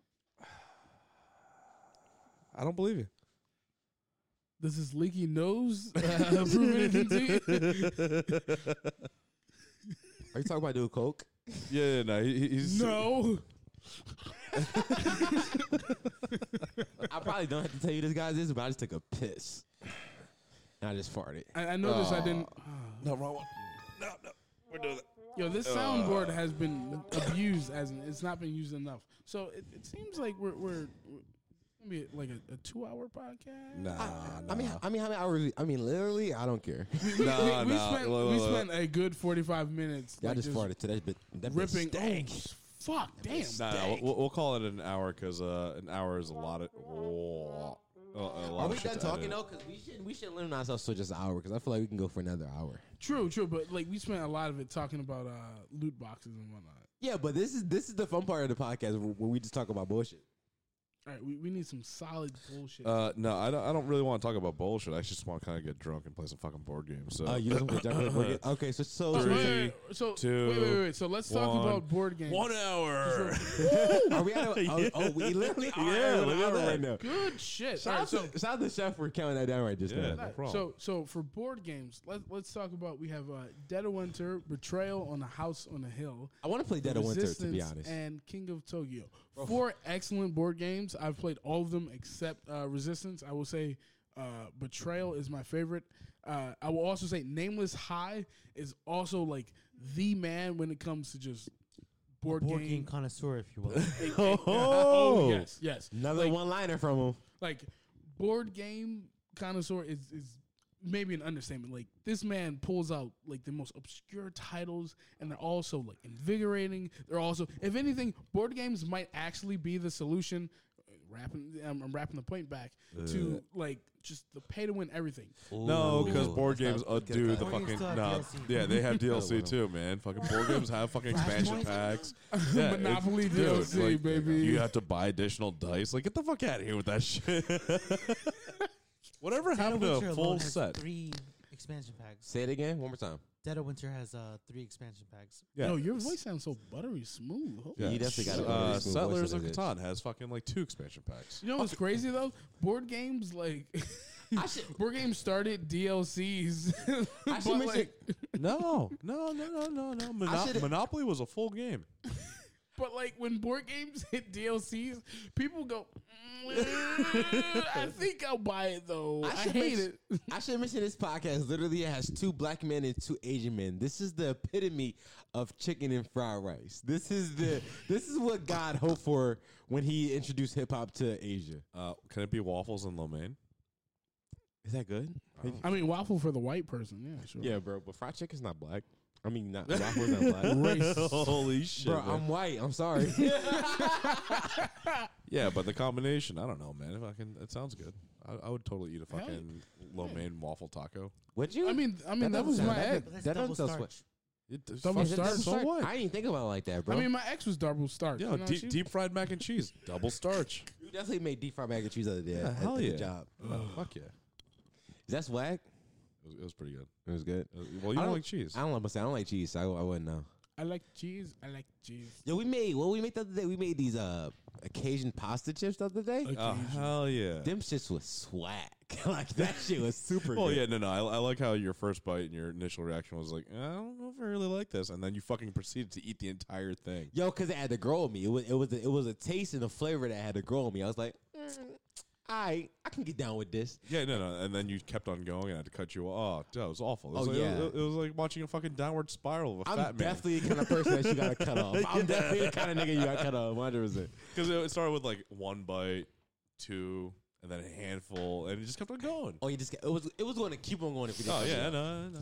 I don't believe you.
Does this leaky nose *laughs*
*laughs*
uh, prove anything to you? *laughs*
Are you talking about doing coke?
Yeah, yeah no, he, he's
no.
I probably don't have to tell you this guy this, but I just took a piss and I just farted.
I, I noticed I didn't.
Ah. No, wrong one. No, no, we're doing it.
Yo, this soundboard has been
Ah.
abused as in it's not been used enough. So it, it seems like we're we're, we're gonna be like a, a two hour podcast.
Nah,
I mean, I mean, how many hours? I mean, literally, I don't care.
*laughs* We, we,
Nah,
we, we
nah,
spent
look,
we
look,
spent a good forty five minutes.
*laughs* Y'all
like,
just farted to that bit. That bit
ripping.
stank.
Oh, fuck, damn.
Nah, nah, we'll, we'll call it an hour because uh, an hour is a lot of. Oh, a lot
Are
of
we
shit
done
to
talking
edit.
though? Because we should we should limit ourselves to just an hour. Because I feel like we can go for another hour.
True, true, but like we spent a lot of it talking about uh, loot boxes and whatnot.
Yeah, but this is this is the fun part of the podcast where where we just talk about bullshit.
All right, we, we need some solid bullshit.
Uh, no, I don't. I don't really want to talk about bullshit. I just want to kind of get drunk and play some fucking board games. So
Uh, you just wanna get drunk, we're get- *laughs* okay, so so
Oh, wait, wait,
three,
wait, so
two,
wait, wait, wait. So let's talk
one.
about board games.
one hour.
are we at a, oh, oh, we *laughs* literally are
Yeah,
at an
look at
hour
that.
right now.
Good shit.
Shout,
All
out
right, so
to, shout out to Chef for counting that down right just now.
Yeah, no
So
problem.
so for board games, let's let's talk about we have uh, Dead of Winter, Betrayal on the House on the Hill,
I want to play Dead of Winter to be
Resistance,
honest.
and King of Tokyo. Four excellent board games. I've played all of them except uh, Resistance. I will say uh, Betrayal is my favorite. Uh, I will also say Nameless High is also like the man when it comes to just board,
Board
game.
game connoisseur, if you
*laughs*
will.
oh yes, yes.
Another one liner from him.
like board game connoisseur is is maybe an understatement. Like this man pulls out like the most obscure titles, and they're also like invigorating. They're also, if anything, board games might actually be the solution. uh, Wrapping, I'm, I'm wrapping the point back to like just the pay to win everything.
no, because board games uh, do the
Board
fucking
games still have
no.
DLC.
Yeah, they
*laughs*
have DLC too, man. Fucking board games have fucking expansion *laughs* packs. Yeah, it's-
Monopoly
dude,
DLC,
like,
baby.
You have to buy additional dice. Like, get the fuck out of here with that *laughs* shit. Whatever
Dead of
happened to
Winter
a
alone
full
has
set?
Three expansion packs.
Say it again one more time.
Dead of Winter has uh, three expansion packs.
Yeah.
Yo, your voice sounds so buttery smooth. Holy
Yeah.
You definitely gotta go to
Uh,
this smooth
Settlers
voice
of
that it is.
Catan has fucking like two expansion packs.
You know what's crazy though? Board games like *laughs* board games started DLCs. *laughs*
I should
but,
mention-
like,
*laughs* no, no, no, no, no, no. Mono-
should've-
Monopoly was a full game.
but like when board games *laughs* hit DLCs, people go, "Mm,
*laughs*
I think I'll buy it though. I,
should
hate
mention-
it.
*laughs* I should mention this podcast literally has two black men and two Asian men. This is the epitome of chicken and fried rice. This is the *laughs* this is what God hoped for when he introduced hip hop to Asia.
Uh, can it be waffles and lo mein?
Is that good?
I mean, waffle for the white person. Yeah, sure.
Yeah, bro, but fried chicken's not black. I mean not
*laughs*
waffles not black.
Holy shit!
Bro,
man.
I'm white. I'm sorry.
yeah, but the combination, I don't know, man. If I can, it sounds good. I, I would totally eat a
Hell yeah.
fucking lo mein waffle taco.
*laughs* Would you?
I mean, I mean that, was
doesn't
my
sound-
ex.
But that's
That
double
doesn't sound
starch.
sweat.
It, it-
Double
fuck,
starch?
So what?
I didn't think about it like that, bro.
I mean, my ex was double starch.
yeah,
you know,
deep,
she-
deep fried mac and cheese,
*laughs*
double starch.
you definitely made deep fried mac and cheese the other day.
Yeah,
at-
hell
at the
yeah.
job.
Oh, fuck yeah, it
That's whack.
was, it was pretty good.
It was good.
It was- well, you
I
don't
don't-
like cheese.
I don't like. I don't like cheese. So I, I wouldn't know.
I like cheese. I like cheese.
Yo, we made what we made the other day. We made these uh occasion pasta chips the other day. Uh,
Oh hell yeah!
Them shits was swag. *laughs* like that shit was super.
Well,
good.
yeah, no, no. I, I like how your first bite and your initial reaction was like, I don't know if I really like this, and then you fucking proceeded to eat the entire thing.
Yo, because it had to grow on me. It was it was a, it was a taste and a flavor that had to grow on me. I was like, mm, I I can get down with this.
Yeah, no, no. And then you kept on going, and I had to cut you off. Oh, that was awful. It was
Oh,
like,
yeah.
it, was, it was like watching a fucking downward spiral of a
I'm
fat man.
definitely the kind of person that you gotta *laughs* cut off. I'm definitely the kind of nigga you gotta cut off. 100. percent
Because it started with like one bite, two, and then a handful, and it just kept on going.
Oh, you just it was it was going to keep on going if you didn't.
Oh
cut it
yeah,
off.
no, no.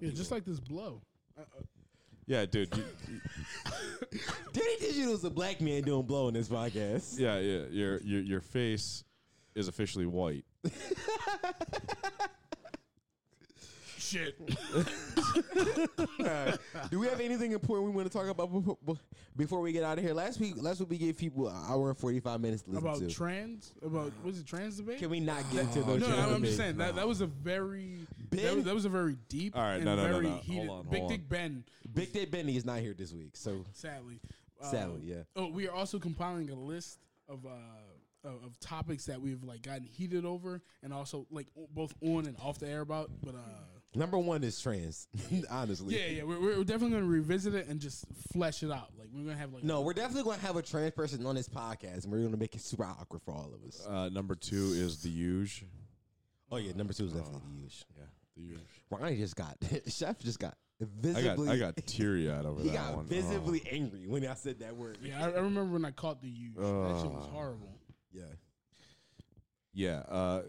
Yeah, just like this blow.
Yeah, dude. you- you-
Danny Digital was a black man doing blow in this podcast.
yeah, yeah. Your your your face is officially white.
Shit.
Do we have anything important we want to talk about before, before we get out of here? Last week, last week we gave people an hour and forty five minutes to listen
about
to.
trans.
*sighs*
About was it trans debate?
Can we not get into the
No,
trans
I'm
debate?
just saying that that was a very that
Ben?
was, that was a very deep
All right,
and
no, no, no,
very
no. Hold
heated.
on,
Big
hold
Dick
on.
Ben,
Big Dick Benny is not here this week, so
sadly, Uh,
Sadly, yeah.
Oh, we are also compiling a list of uh of, of topics that we've like gotten heated over, and also like o- both on and off the air about. But uh,
number one is trans. *laughs* honestly,
yeah, yeah, we're, we're definitely gonna revisit it and just flesh it out. Like we're gonna have like
No, we're definitely going to have a trans person on this podcast, and we're going to make it super awkward for all of us.
Uh, number two is the huge.
Uh,
Oh yeah, number two is definitely the huge.
Yeah, the huge.
Ronnie just got *laughs* Chef just got
I got
visibly.
I got
*laughs*
teary eyed over
he
that
got
one.
visibly angry when I said that word.
Oh. Yeah, I, I remember when I caught the huge. that shit was
Ugh.
horrible.
Yeah.
Oh. Yeah. Uh,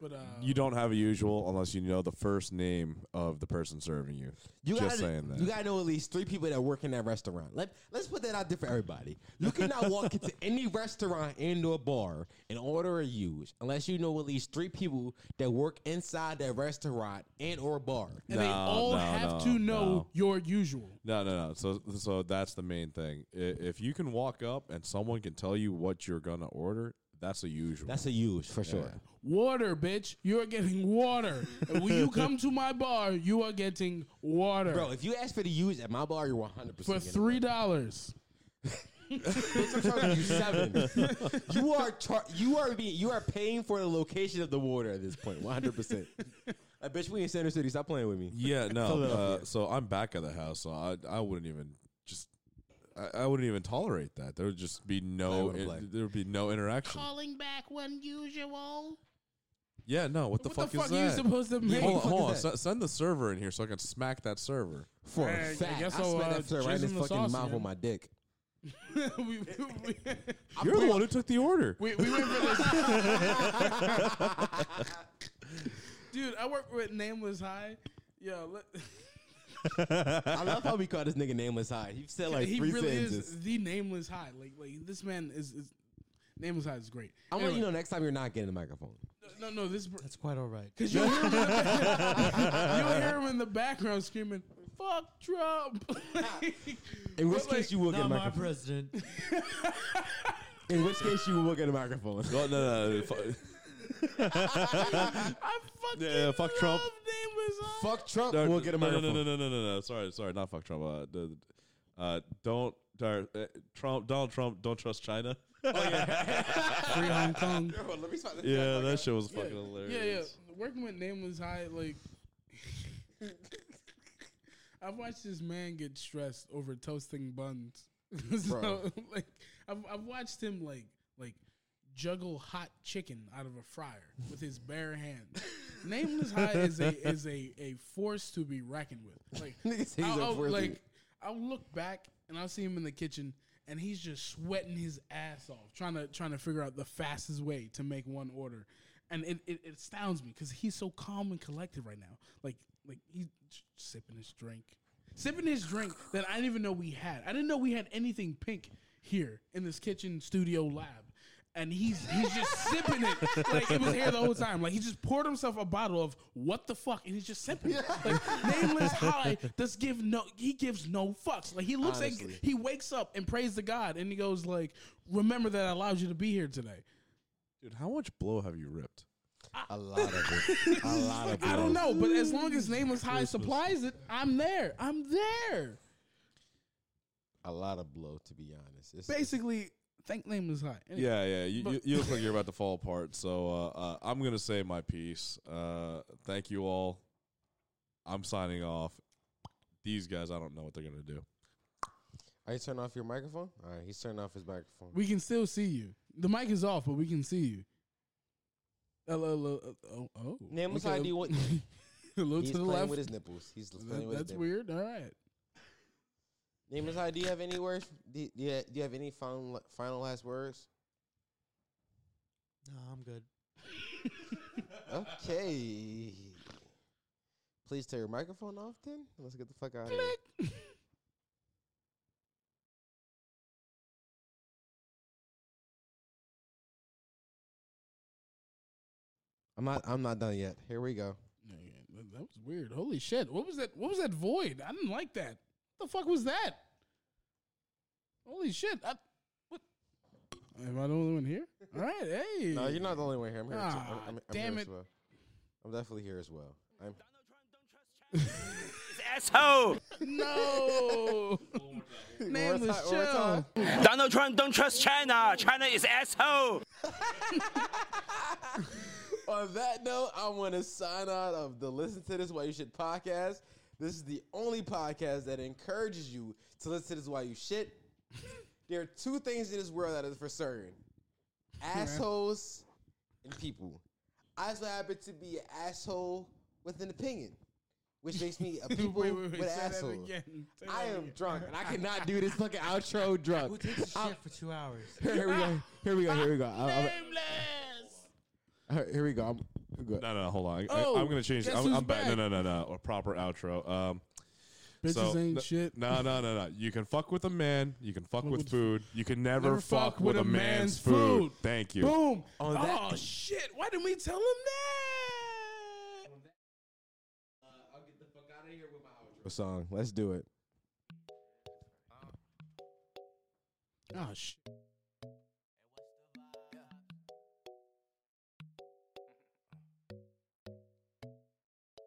But uh,
you don't have a usual unless you know the first name of the person serving you.
You
Just
gotta,
saying that.
You gotta know at least three people that work in that restaurant. Let Let's put that out there for everybody. You cannot walk
*laughs*
into any restaurant and or bar and order a huge unless you know at least three people that work inside that restaurant and or bar.
and they
No,
all
no,
have
no,
to know
no.
your usual.
No, no, no. So, so that's the main thing. I- If you can walk up and someone can tell you what you're gonna order, that's a usual.
That's a huge for sure.
Water, bitch. You're getting water.
*laughs*
and when you come to my bar, you are getting water.
Bro, if you ask for the huge at my bar, you're 100
for
percent
three dollars.
you seven.
*laughs*
you are char- you are being you are paying for the location of the water at this point. 100.
*laughs*
percent I bitch, we in Center City. Stop playing with me. *laughs*
yeah, no. uh, so I'm back at the house, so I I wouldn't even just I, I wouldn't even tolerate that. There would just be no
wouldn't
in-
play.
there would be no interaction.
Calling back when usual.
Yeah, no. What the
What
fuck
the
is
fuck
that?
are you supposed to make?
hold on,
fuck
hold on.
is that?
S- send the server in here so I can smack that server.
For
Hey, I
a fact, I,
guess I'll,
smack
uh,
that shit right in
chisel
his
the
fucking
sauce,
mouth
man.
with my *laughs* dick.
*laughs* we, we,
You're the one who took the order. *laughs*
we, we went for this. *laughs* Dude, I work with Nameless High. Yo, let, *laughs*
I love how we call this nigga nameless high. He said like
he
three
really
sentences.
is the nameless high. Like, like this man is, is nameless high is great.
I'm gonna let
Anyway,
you know next time you're not getting the microphone.
No, no, this because
That's quite all right.
you'll, hear him in
*laughs*
the- you'll hear him in the background screaming, "Fuck Trump!" *laughs*
In which
But,
case
like,
you will get a
Not my
microphone.
president.
*laughs* In which case you will get a microphone. *laughs*
No, no, no. fu-
I fucking
Yeah, fuck
love
Trump.
Nameless high.
Fuck Trump,
No,
*laughs* we'll get a
no,
microphone.
No, no, no, no, no, no, no. Sorry, sorry, not fuck Trump. Uh, the, uh, don't dar- uh, Trump, Donald Trump, don't trust
*laughs*
China. *laughs*
Free Hong Kong.
yeah, that
*laughs*
shit was fucking
Yeah, yeah.
hilarious.
Working with Nameless High, like, I've watched this man get stressed over toasting buns. *laughs* so, like, I've, I've watched him like like juggle hot chicken out of a fryer with his bare hands. Nameless High is a is a a force to be reckoned with. Like,
*laughs* Nigga said he's
I'll,
a
I'll,
force to be- *laughs*
Oh, like I'll look back and I'll see him in the kitchen. And he's just sweating his ass off, trying to trying to figure out the fastest way to make one order, and it, it, it astounds me because he's so calm and collected right now. Like like he's j- sipping his drink, sipping his drink that I didn't even know we had. I didn't know we had anything pink here in this kitchen studio lab and he's he's just sipping it like it was here the whole time. Like he just poured himself a bottle of what the fuck, and he's just sipping it. Like nameless high does give no he gives no fucks. Like he looks like he wakes up and prays to God, and he goes like, "Remember that I allowed you to be here today."
Dude, how much blow have you ripped?
A lot of it.
*laughs*
A lot of it.
I don't know, but as long as nameless high supplies it, I'm there. I'm there.
A lot of blow, to be honest. It's,
Basically, thank nameless high. Anyway,
Yeah, yeah. You, you,
But-
you look like you're about to fall apart. So uh, uh, I'm gonna say my piece. Uh, thank you all. I'm signing off. These guys, I don't know what they're gonna do.
Are you turning off your microphone? All right, he's turning off his microphone.
We can still see you. The mic is off, but we can see you. Hello, hello, oh, oh.
Nameless
Okay.
high, do you
*laughs*
want?
Hello
He's
to the
playing
left.
with his nipples. He's
Th-
playing with his
that's
nipples.
weird. All right.
Nameless high, do you have any words? Do you, do you, do you have any final final last words?
No, I'm good.
Okay. Please turn your microphone off then. Let's get the fuck out of here.
*laughs*
I'm not I'm not done yet. Here we go.
Yeah, yeah, that- That was weird. Holy shit! What was that? What was that void? I didn't like that. What the fuck was that? Holy shit! I, what? Am I the only one here?
*laughs*
All right. Hey.
No, you're not the only one here. I'm here too. I'm,
Ah,
I'm, I'm
damn
here
it.
as well. I'm definitely here as well. I'm
Asshole!
No. Nameless
One more
show.
time, *laughs*
Donald Trump don't trust China. China is asshole.
On that note, I want to sign out of the Listen to This Why You Should podcast. This is the only podcast that encourages you to listen to this while you shit. there are two things in this world that is for
*laughs*
certain assholes and people. I so happen to be an asshole with an opinion, which makes me
*laughs*
a people with
say that
asshole.
again. Say
I
that
am
again.
drunk and I cannot do this fucking outro drunk.
Who takes
*laughs*
a
I'm-
shit for two hours?
*laughs* Here we go. Here we go. Here we go. I- I'm-
Nameless.
Here- Here we go. I'm I'm good.
No, no, hold on. I,
Oh,
I, am gonna change. it.
guess
I'm,
who's
I'm back. No,
back?
no, no, no. A proper outro. Um,
Bitches
so,
ain't
n-
shit.
No, no, no, no. You can fuck with a man. You can fuck with food. You can never,
Never
fuck, with a man's food.
food.
Thank you.
Boom.
On that-
oh shit! Why didn't we tell him that?
A song. Let's do it.
Oh shit!
So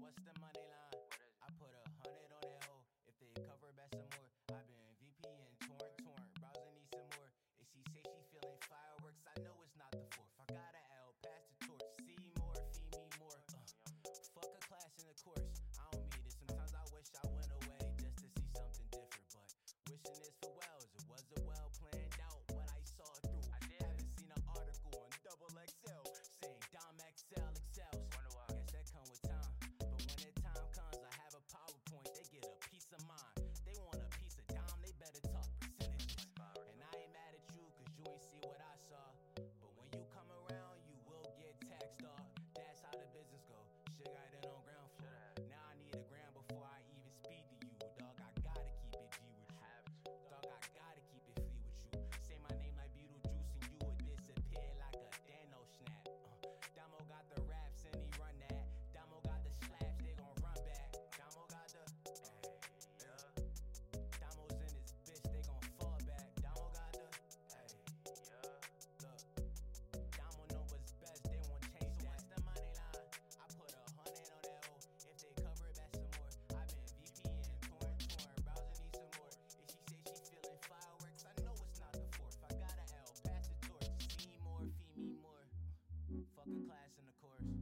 what's the money line? I put a hundred on that hoe. If they cover back some more, I've been VPN torrent torrent, browsing need some more. If she say she feeling fireworks, I know it's not the fourth. I got an L, pass the torch, see more, feed me more. Uh, fuck a class in the course. I don't mean it. Sometimes I wish I went away just to see something different, but wishing is for wells. It wasn't well planned out what I saw through. I haven't seen an article on Double XL saying Dom XL excels. Guess that come with time, but when that time comes, I have a PowerPoint. They get a piece of mind. They want a piece of Dom. They better talk percentages. And I ain't mad at you, cause you ain't see what I saw. But when you come around, you will get taxed off. That's how the business go. Shit got it on ground floor. Now I need a grand before I even speak to you. Dog, I gotta keep it G with you. Dog, I gotta keep it free with you. Say my name like Beetlejuice and you would disappear like a Dano snap. Uh, Damo got the raps and he run that. Damo got the slaps, they gon' run back. Damo got the. Ay, yeah. Damo's in this bitch, they gon' fall back. Damo got the. Ay, yeah. Look. Damo know what's best, they won't change that. the money line? I put a hundred on that hoe. If they cover it, that's some more. I've been VPN, torn, torn, browser need some more. If she say she feeling fireworks, I know it's not the fourth. I got an L, pass the torch, see more, feed me more. Fuck a class in the course. *laughs*